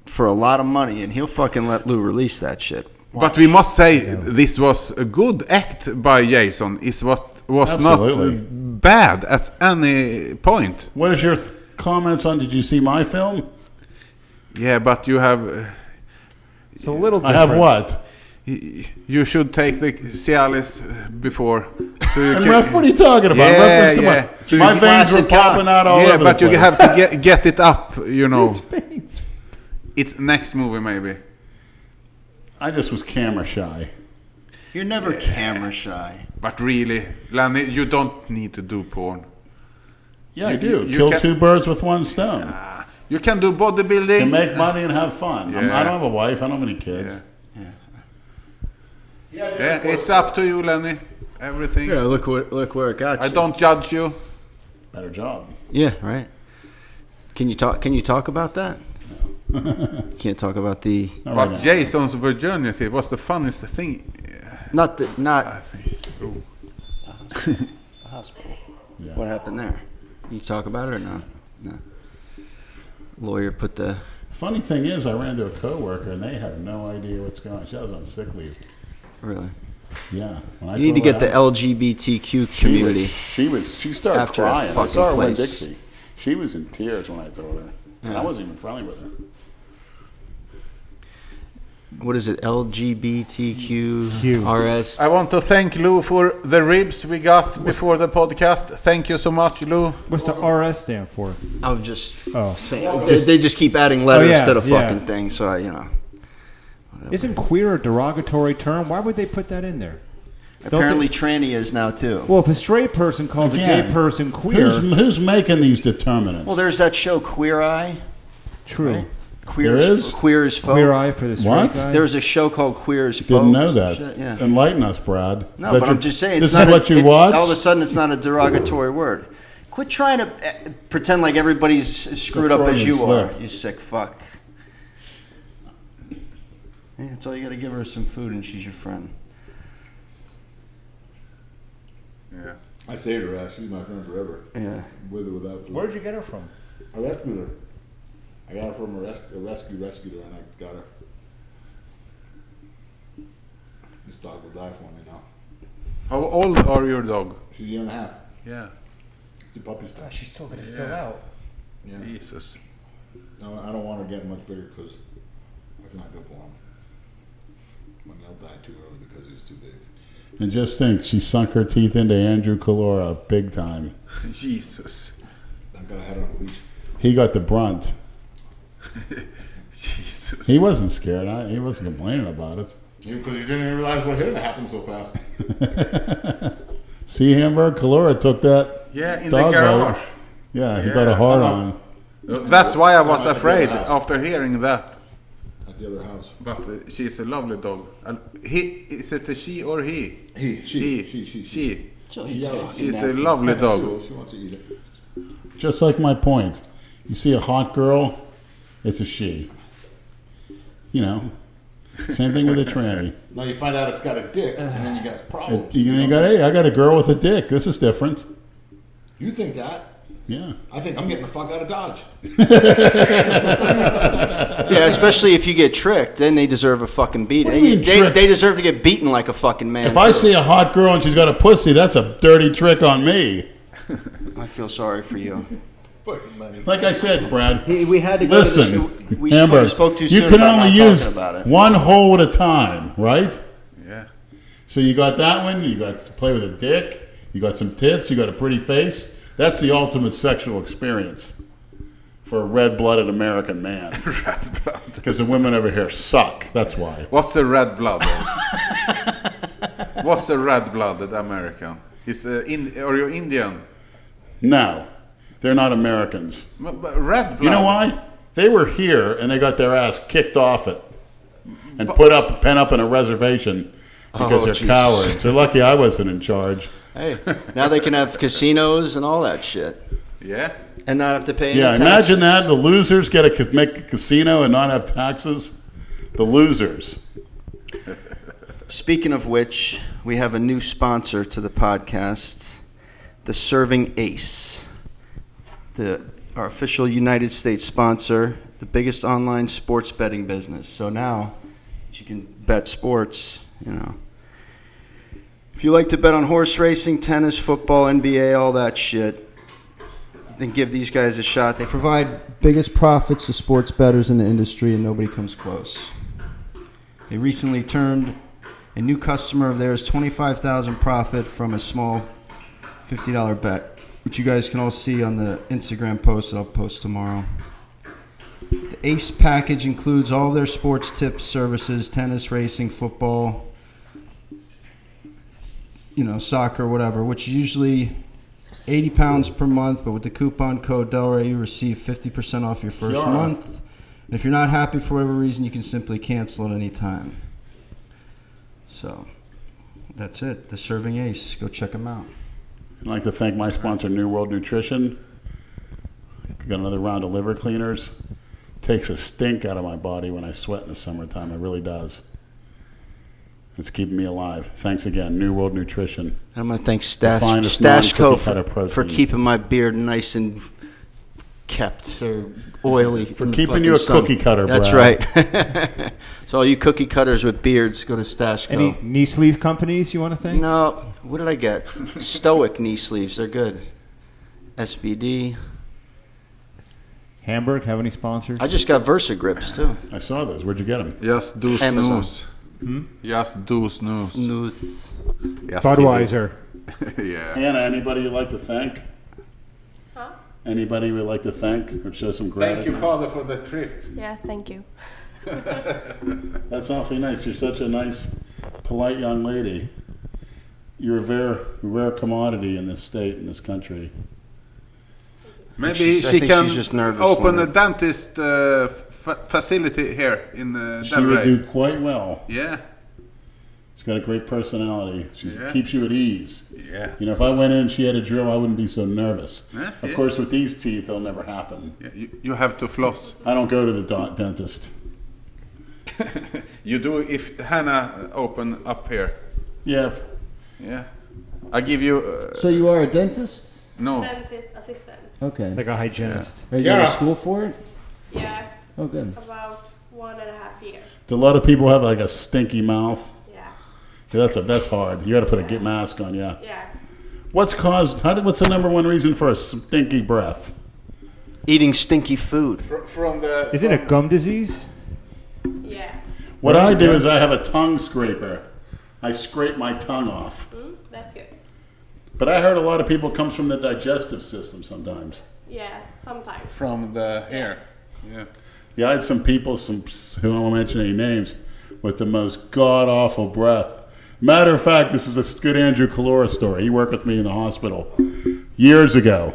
for a lot of money, and he'll fucking let Lou release that shit. But we must say this was a good act by Jason. Is what was Absolutely. not uh, bad at any point. What is your th- comments on? Did you see my film? Yeah, but you have. uh, It's a little. I have different. what? Y- You should take the Cialis before. So you And ref, what are you talking about? Yeah, Reference to my- yeah. my you- veins were popping out all yeah, over the but you place. have to get, get it up. You know. It's next movie maybe. I just was camera shy. You're never camera shy. But really, Lanny, you don't need to do porn. Yeah, I You- do. you- you Kill can- two birds with one stone. you can do bodybuilding. You make money and have fun. I'm- Yeah. I don't have a wife. I don't have any kids. Yeah, it's up to you, Lenny. Everything. Yeah, look where look where it got I you. don't judge you. Better job. Yeah, right. Can you talk? Can you talk about that? You Can't talk about the but Jason's virginity was the funniest thing. not the not Oh. the hospital. What happened there? You talk about it or no? No. Lawyer put the Funny thing is, I ran into a coworker and they have no idea what's going on. She was on sick leave. really. Yeah. When I you need to told her get the I- LGBTQ community. She was. She started after a crying. I fucking saw her place. in Dixie. She was in tears when I told her. And I Yeah. wasn't even friendly with her. What is it? LGBTQ I want to thank Lou for the ribs we got before the podcast. Thank you so much, Lou. What's the RS stand for? I'm just Oh. saying they, they just keep adding letters Oh, yeah, to the yeah. fucking thing, so I, you know. Isn't queer a derogatory term? Why would they put that in there? Don't they- Apparently, tranny is now too. well, if a straight person calls a Again, gay person queer, Who's, who's making these determinants? Well, there's that show Queer Eye. true. right? Queer There as, is? Queer as folk. Queer Eye for the straight What? guy? There's a show called Queer as Didn't Folk know or some that. shit, yeah. Enlighten us, Brad. Is No, that but your- I'm just saying. This it's not a- is what you it's- watch. All of a sudden, it's not a derogatory word. Quit trying to uh, pretend like everybody's as screwed up as Freudian you are. slip. You sick fuck. Yeah, that's all you got to give her is some food, and she's your friend. Yeah. I saved her, Ash. She's my friend forever. Yeah. With or without food. Where'd you get her from? I rescued her. I got her from a, res- a rescue rescued her, and I got her. This dog will die for me now. How old are your dog? She's a year and a half. Yeah. She's a puppy still. She's still gonna fill Yeah. out. Yeah. Jesus. No, I don't want her getting much bigger because that's not good for him. My male died too early because he was too big. And just think, she sunk her teeth into Andrew Calora big time. Jesus. Thank God I had her on a leash. He got the brunt. Jesus. He wasn't scared. I, he wasn't complaining about it. Because you didn't even realize what hit him happened so fast. See, Hamburg Calora took that. Yeah, in dog the bite. garage. Yeah, he got a Yeah. hard on. Uh, That's why I was Yeah. afraid after hearing that. At the other house. But uh, she's a lovely dog. And he is it a she or he? He, she, he, she, she, she. She'll She eat got the it. fucking She's a napkin. lovely She dog. wants- She wants to eat it. Just like my point. You see a hot girl, it's a she. You know, same thing with a tranny. Now you find out it's got a dick, and then you got Oh, problems. It, you know, you got, hey, I got a girl with a dick. This is different. You think that? Yeah. I think I'm getting the fuck out of Dodge. Yeah, especially if you get tricked, then they deserve a fucking beating. What do you They, mean they, tricked? they deserve to get beaten like a fucking man. If I too. see a hot girl and she's got a pussy, that's a dirty trick on me. I feel sorry for you. Fucking money. Like I said, Brad. He- we had to go to the Listen, su- we Amber, spoke too you soon can about only not use talking about it. one hole at a time, right? Yeah. So you got that one. You got to play with a dick. You got some tits. You got a pretty face. That's the ultimate sexual experience for a red-blooded American man. Because the women over here suck. That's why. What's a red blooded? What's a red blooded American? Is uh, in, are you Indian? No, they're not Americans. But- but Red blood. You know why? They were here and they got their ass kicked off it and put up pent up in a reservation because Oh, they're Jesus. cowards. They're lucky I wasn't in charge. Hey, now they can have casinos and all that shit. Yeah. And not have to pay. yeah, any imagine taxes. that. The losers get a ca- make a casino and not have taxes. The losers. Speaking of which, we have a new sponsor to the podcast, the Serving Ace, the our official United States sponsor, the biggest online sports betting business. So now, that you can bet sports. You know, if you like to bet on horse racing, tennis, football, NBA, all that shit, then give these guys a shot. They provide biggest profits to sports bettors in the industry, and nobody comes close. They recently turned a new customer of theirs 25,000 profit from a small $50 bet, which you guys can all see on the Instagram post that I'll post tomorrow. The Ace package includes all their sports tips, services, tennis, racing, football, you know, soccer, whatever, which is usually 80 pounds per month, but with the coupon code Delray, you receive 50% off your first Yeah. month. And if you're not happy for whatever reason, you can simply cancel at any time. So that's it. The Serving Ace. Go check them out. I'd like to thank my sponsor, New World Nutrition. Got another round of liver cleaners. Takes a stink out of my body when I sweat in the summertime. It really does. It's keeping me alive. Thanks again, New World Nutrition. I'm going to thank The Stash, finest Stash Co. non-cookie For, cutter protein. for keeping my beard nice and kept or oily. For keeping you a cookie cutter, That's Brad. right. so all you cookie cutters with beards, go to Stash Co. Any knee sleeve companies you want to thank? No, what did I get? Stoic knee sleeves. They're good. SBD. Hamburg, have any sponsors? I just got Versa grips too. I saw those. Where'd you get them? Just do Amazon. snooze. Hmm? Just do snooze. Snooze. Yes, Budweiser. it is. yeah. Hannah, anybody you'd like to thank? Anybody we'd like to thank or show some Thank gratitude? you, Father, for the trip. Yeah, thank you. That's awfully nice. You're such a nice, polite young lady. You're a rare, rare commodity in this state, in this country. Maybe She's- I she think can she's just nervous, open a Leonard. dentist uh, fa- facility here in uh, She Delray. would do quite well. Yeah. She's got a great personality. She Yeah. keeps you at ease. Yeah. You know, if I went in and she had a drill, I wouldn't be so nervous. Yeah, of yeah. course, with these teeth, they'll never happen. Yeah, you, you have to floss. I don't go to the do- dentist. You do if Hannah open up here. Yeah. Yeah. I give you. Uh, So you are a dentist? no. Dentist assistant. Okay. Like a hygienist. Are you going Yeah. to school for it? Yeah. Oh, good. About one and a half year. Do a lot of people have like a stinky mouth? Yeah. Yeah, that's a, that's hard. You got to put a get mask on. Yeah. Yeah. What's caused? How did, what's the number one reason for a stinky breath? Eating stinky food. Fr- From the. Isn't it a gum disease? Yeah. What I do is I have a tongue scraper. I scrape my tongue off. Mm, that's good. But I heard a lot of people comes from the digestive system sometimes. Yeah. Sometimes. From the hair. Yeah. Yeah, I had some people, some who I won't mention any names, with the most god awful breath. Matter of fact, this is a good Andrew Calora story. He worked with me in the hospital years ago,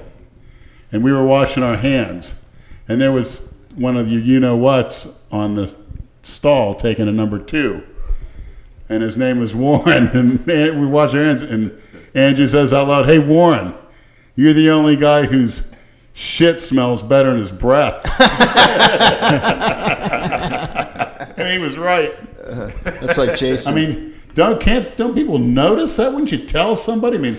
and we were washing our hands, and there was one of you you know whats on the stall taking a number two, and his name was Warren. And we wash our hands, and Andrew says out loud, "Hey Warren, you're the only guy whose shit smells better than his breath." and he was right. That's like Jason. I mean, don't can't don't people notice that? Wouldn't you tell somebody? I mean,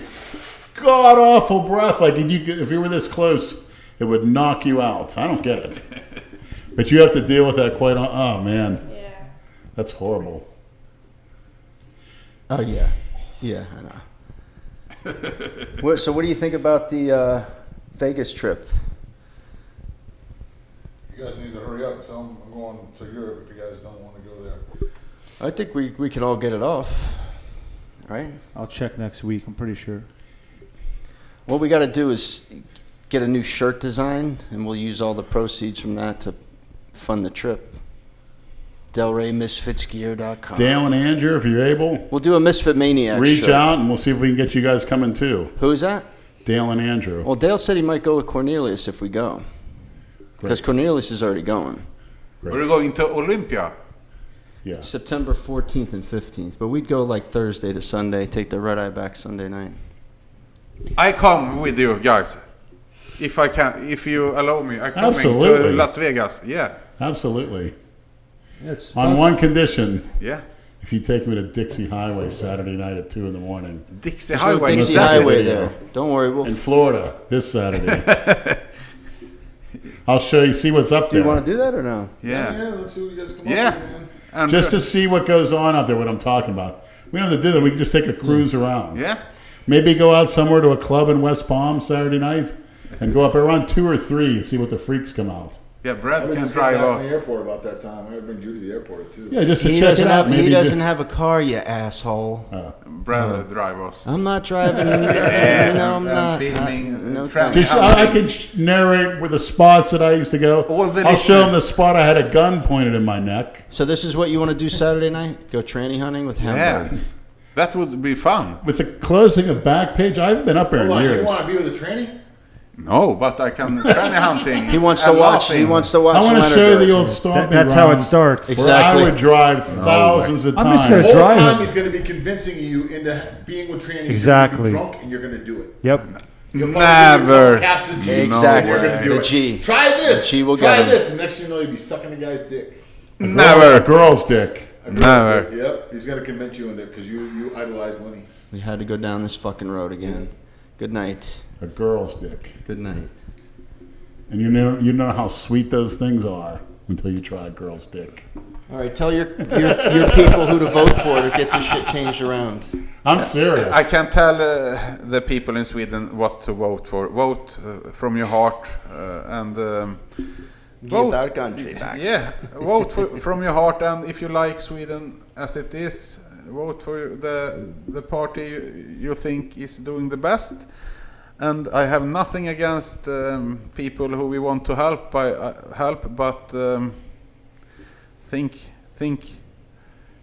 god awful breath. Like if you if you were this close, it would knock you out. I don't get it. But you have to deal with that quite. Oh man, Yeah. that's horrible. Oh yeah, yeah, I know. what, so, what do you think about the uh, Vegas trip? You guys need to hurry up. Tell them I'm going to Europe if you guys don't want to go there. I think we we can all get it off, right? I'll check next week. I'm pretty sure. What we got to do is get a new shirt design, and we'll use all the proceeds from that to fund the trip. DelrayMisfitsGear.com. Dale and Andrew, if you're able, We'll do a Misfit Maniac. reach shirt. out and we'll see if we can get you guys coming too. Who's that? Dale and Andrew. Well, Dale said he might go with Cornelius if we go, because Cornelius is already going. We're going to Olympia. Yeah. September 14th and 15th, but we'd go like Thursday to Sunday, take the red eye back Sunday night. I come with you guys. If I can, if you allow me, I come to Absolutely. Las Vegas. Yeah, Absolutely. It's On one condition. Yeah. If you take me to Dixie Highway Saturday night at two in the morning. Dixie There's no Highway. Dixie Highway there. Don't worry, we'll in Florida this Saturday. I'll show you, see what's up Do there. you want to do that or no? Yeah. Yeah, let's see what you guys come Yeah. uh, up with, man. just to see what goes on out there, what I'm talking about. We don't have to do that. We can just take a cruise around. Yeah. Maybe go out somewhere to a club in West Palm Saturday night and go up around two or three and see what the freaks come out. Yeah, I Brad would can just drive drive back from us. the airport about that time. I would bring Judy to the airport too. Yeah, just to he check doesn't it Have, out. he Maybe Oh. doesn't just- have a car, you asshole. Brad drive us. I'm not driving. Yeah, no, I'm I'm not. filming, I- no, traveling. thanks. Just I, I can sh- narrate with the spots that I used to go. the I'll show them the listeners. spot I had a gun pointed in my neck So this is what you want to do Saturday night? Go tranny hunting with Yeah, Hamburg. that would be fun. with the closing of Backpage. I haven't been up there Hold in on, you years. want to be with a tranny? No, but I can tranny hunting. He wants and to watch. laughing. He wants to watch. I want to Leonard show you Bird. the old stomping that's how it grounds starts. where Exactly. I would drive thousands of times. I'm just gonna Whole Drive time it. he's going to be convincing you into being with tranny. Exactly. You're gonna be drunk, and you're going to do it. Yep. You'll probably do Never. a couple Caps of G. Exactly. You're going to do The it. G. Try this. The G will Try get him. this, and next thing you know, you'll be sucking the guy's dick. A Never. girl's dick. I mean, Never. Yep. He's going to convince you into it because you you idolize Lenny. We had to go down this fucking road again. Good night. A girl's dick. Good night. And you know you know how sweet those things are until you try a girl's dick. All right, tell your your, your people who to vote for to get this shit changed around. I'm serious. I can tell uh, the people in Sweden what to vote for. Vote uh, from your heart uh, and um, vote. our country back. Yeah, vote for, from your heart, and if you like Sweden as it is, vote for the the party you, you think is doing the best. And I have nothing against um, people who we want to help by uh, help, but um, think think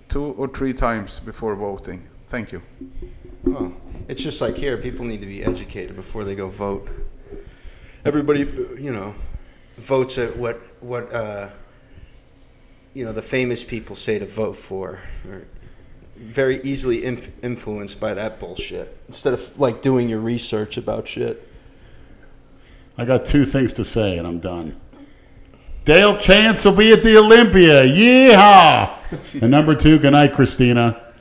two or three times before voting. Thank you. Oh, it's just like here. People need to be educated before they go vote. Everybody, you know, votes at what what uh, you know the famous people say to vote for. Or very easily inf- influenced by that bullshit. Instead of like doing your research about shit. I got two things to say, and I'm done. Dale Chance will be at the Olympia. Yeehaw! and number two, good night, Christina.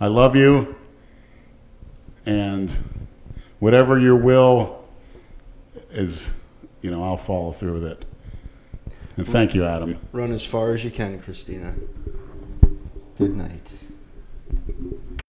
I love you. And whatever your will is, you know, I'll follow through with it. And thank you, Adam. Run as far as you can, Christina. Good night.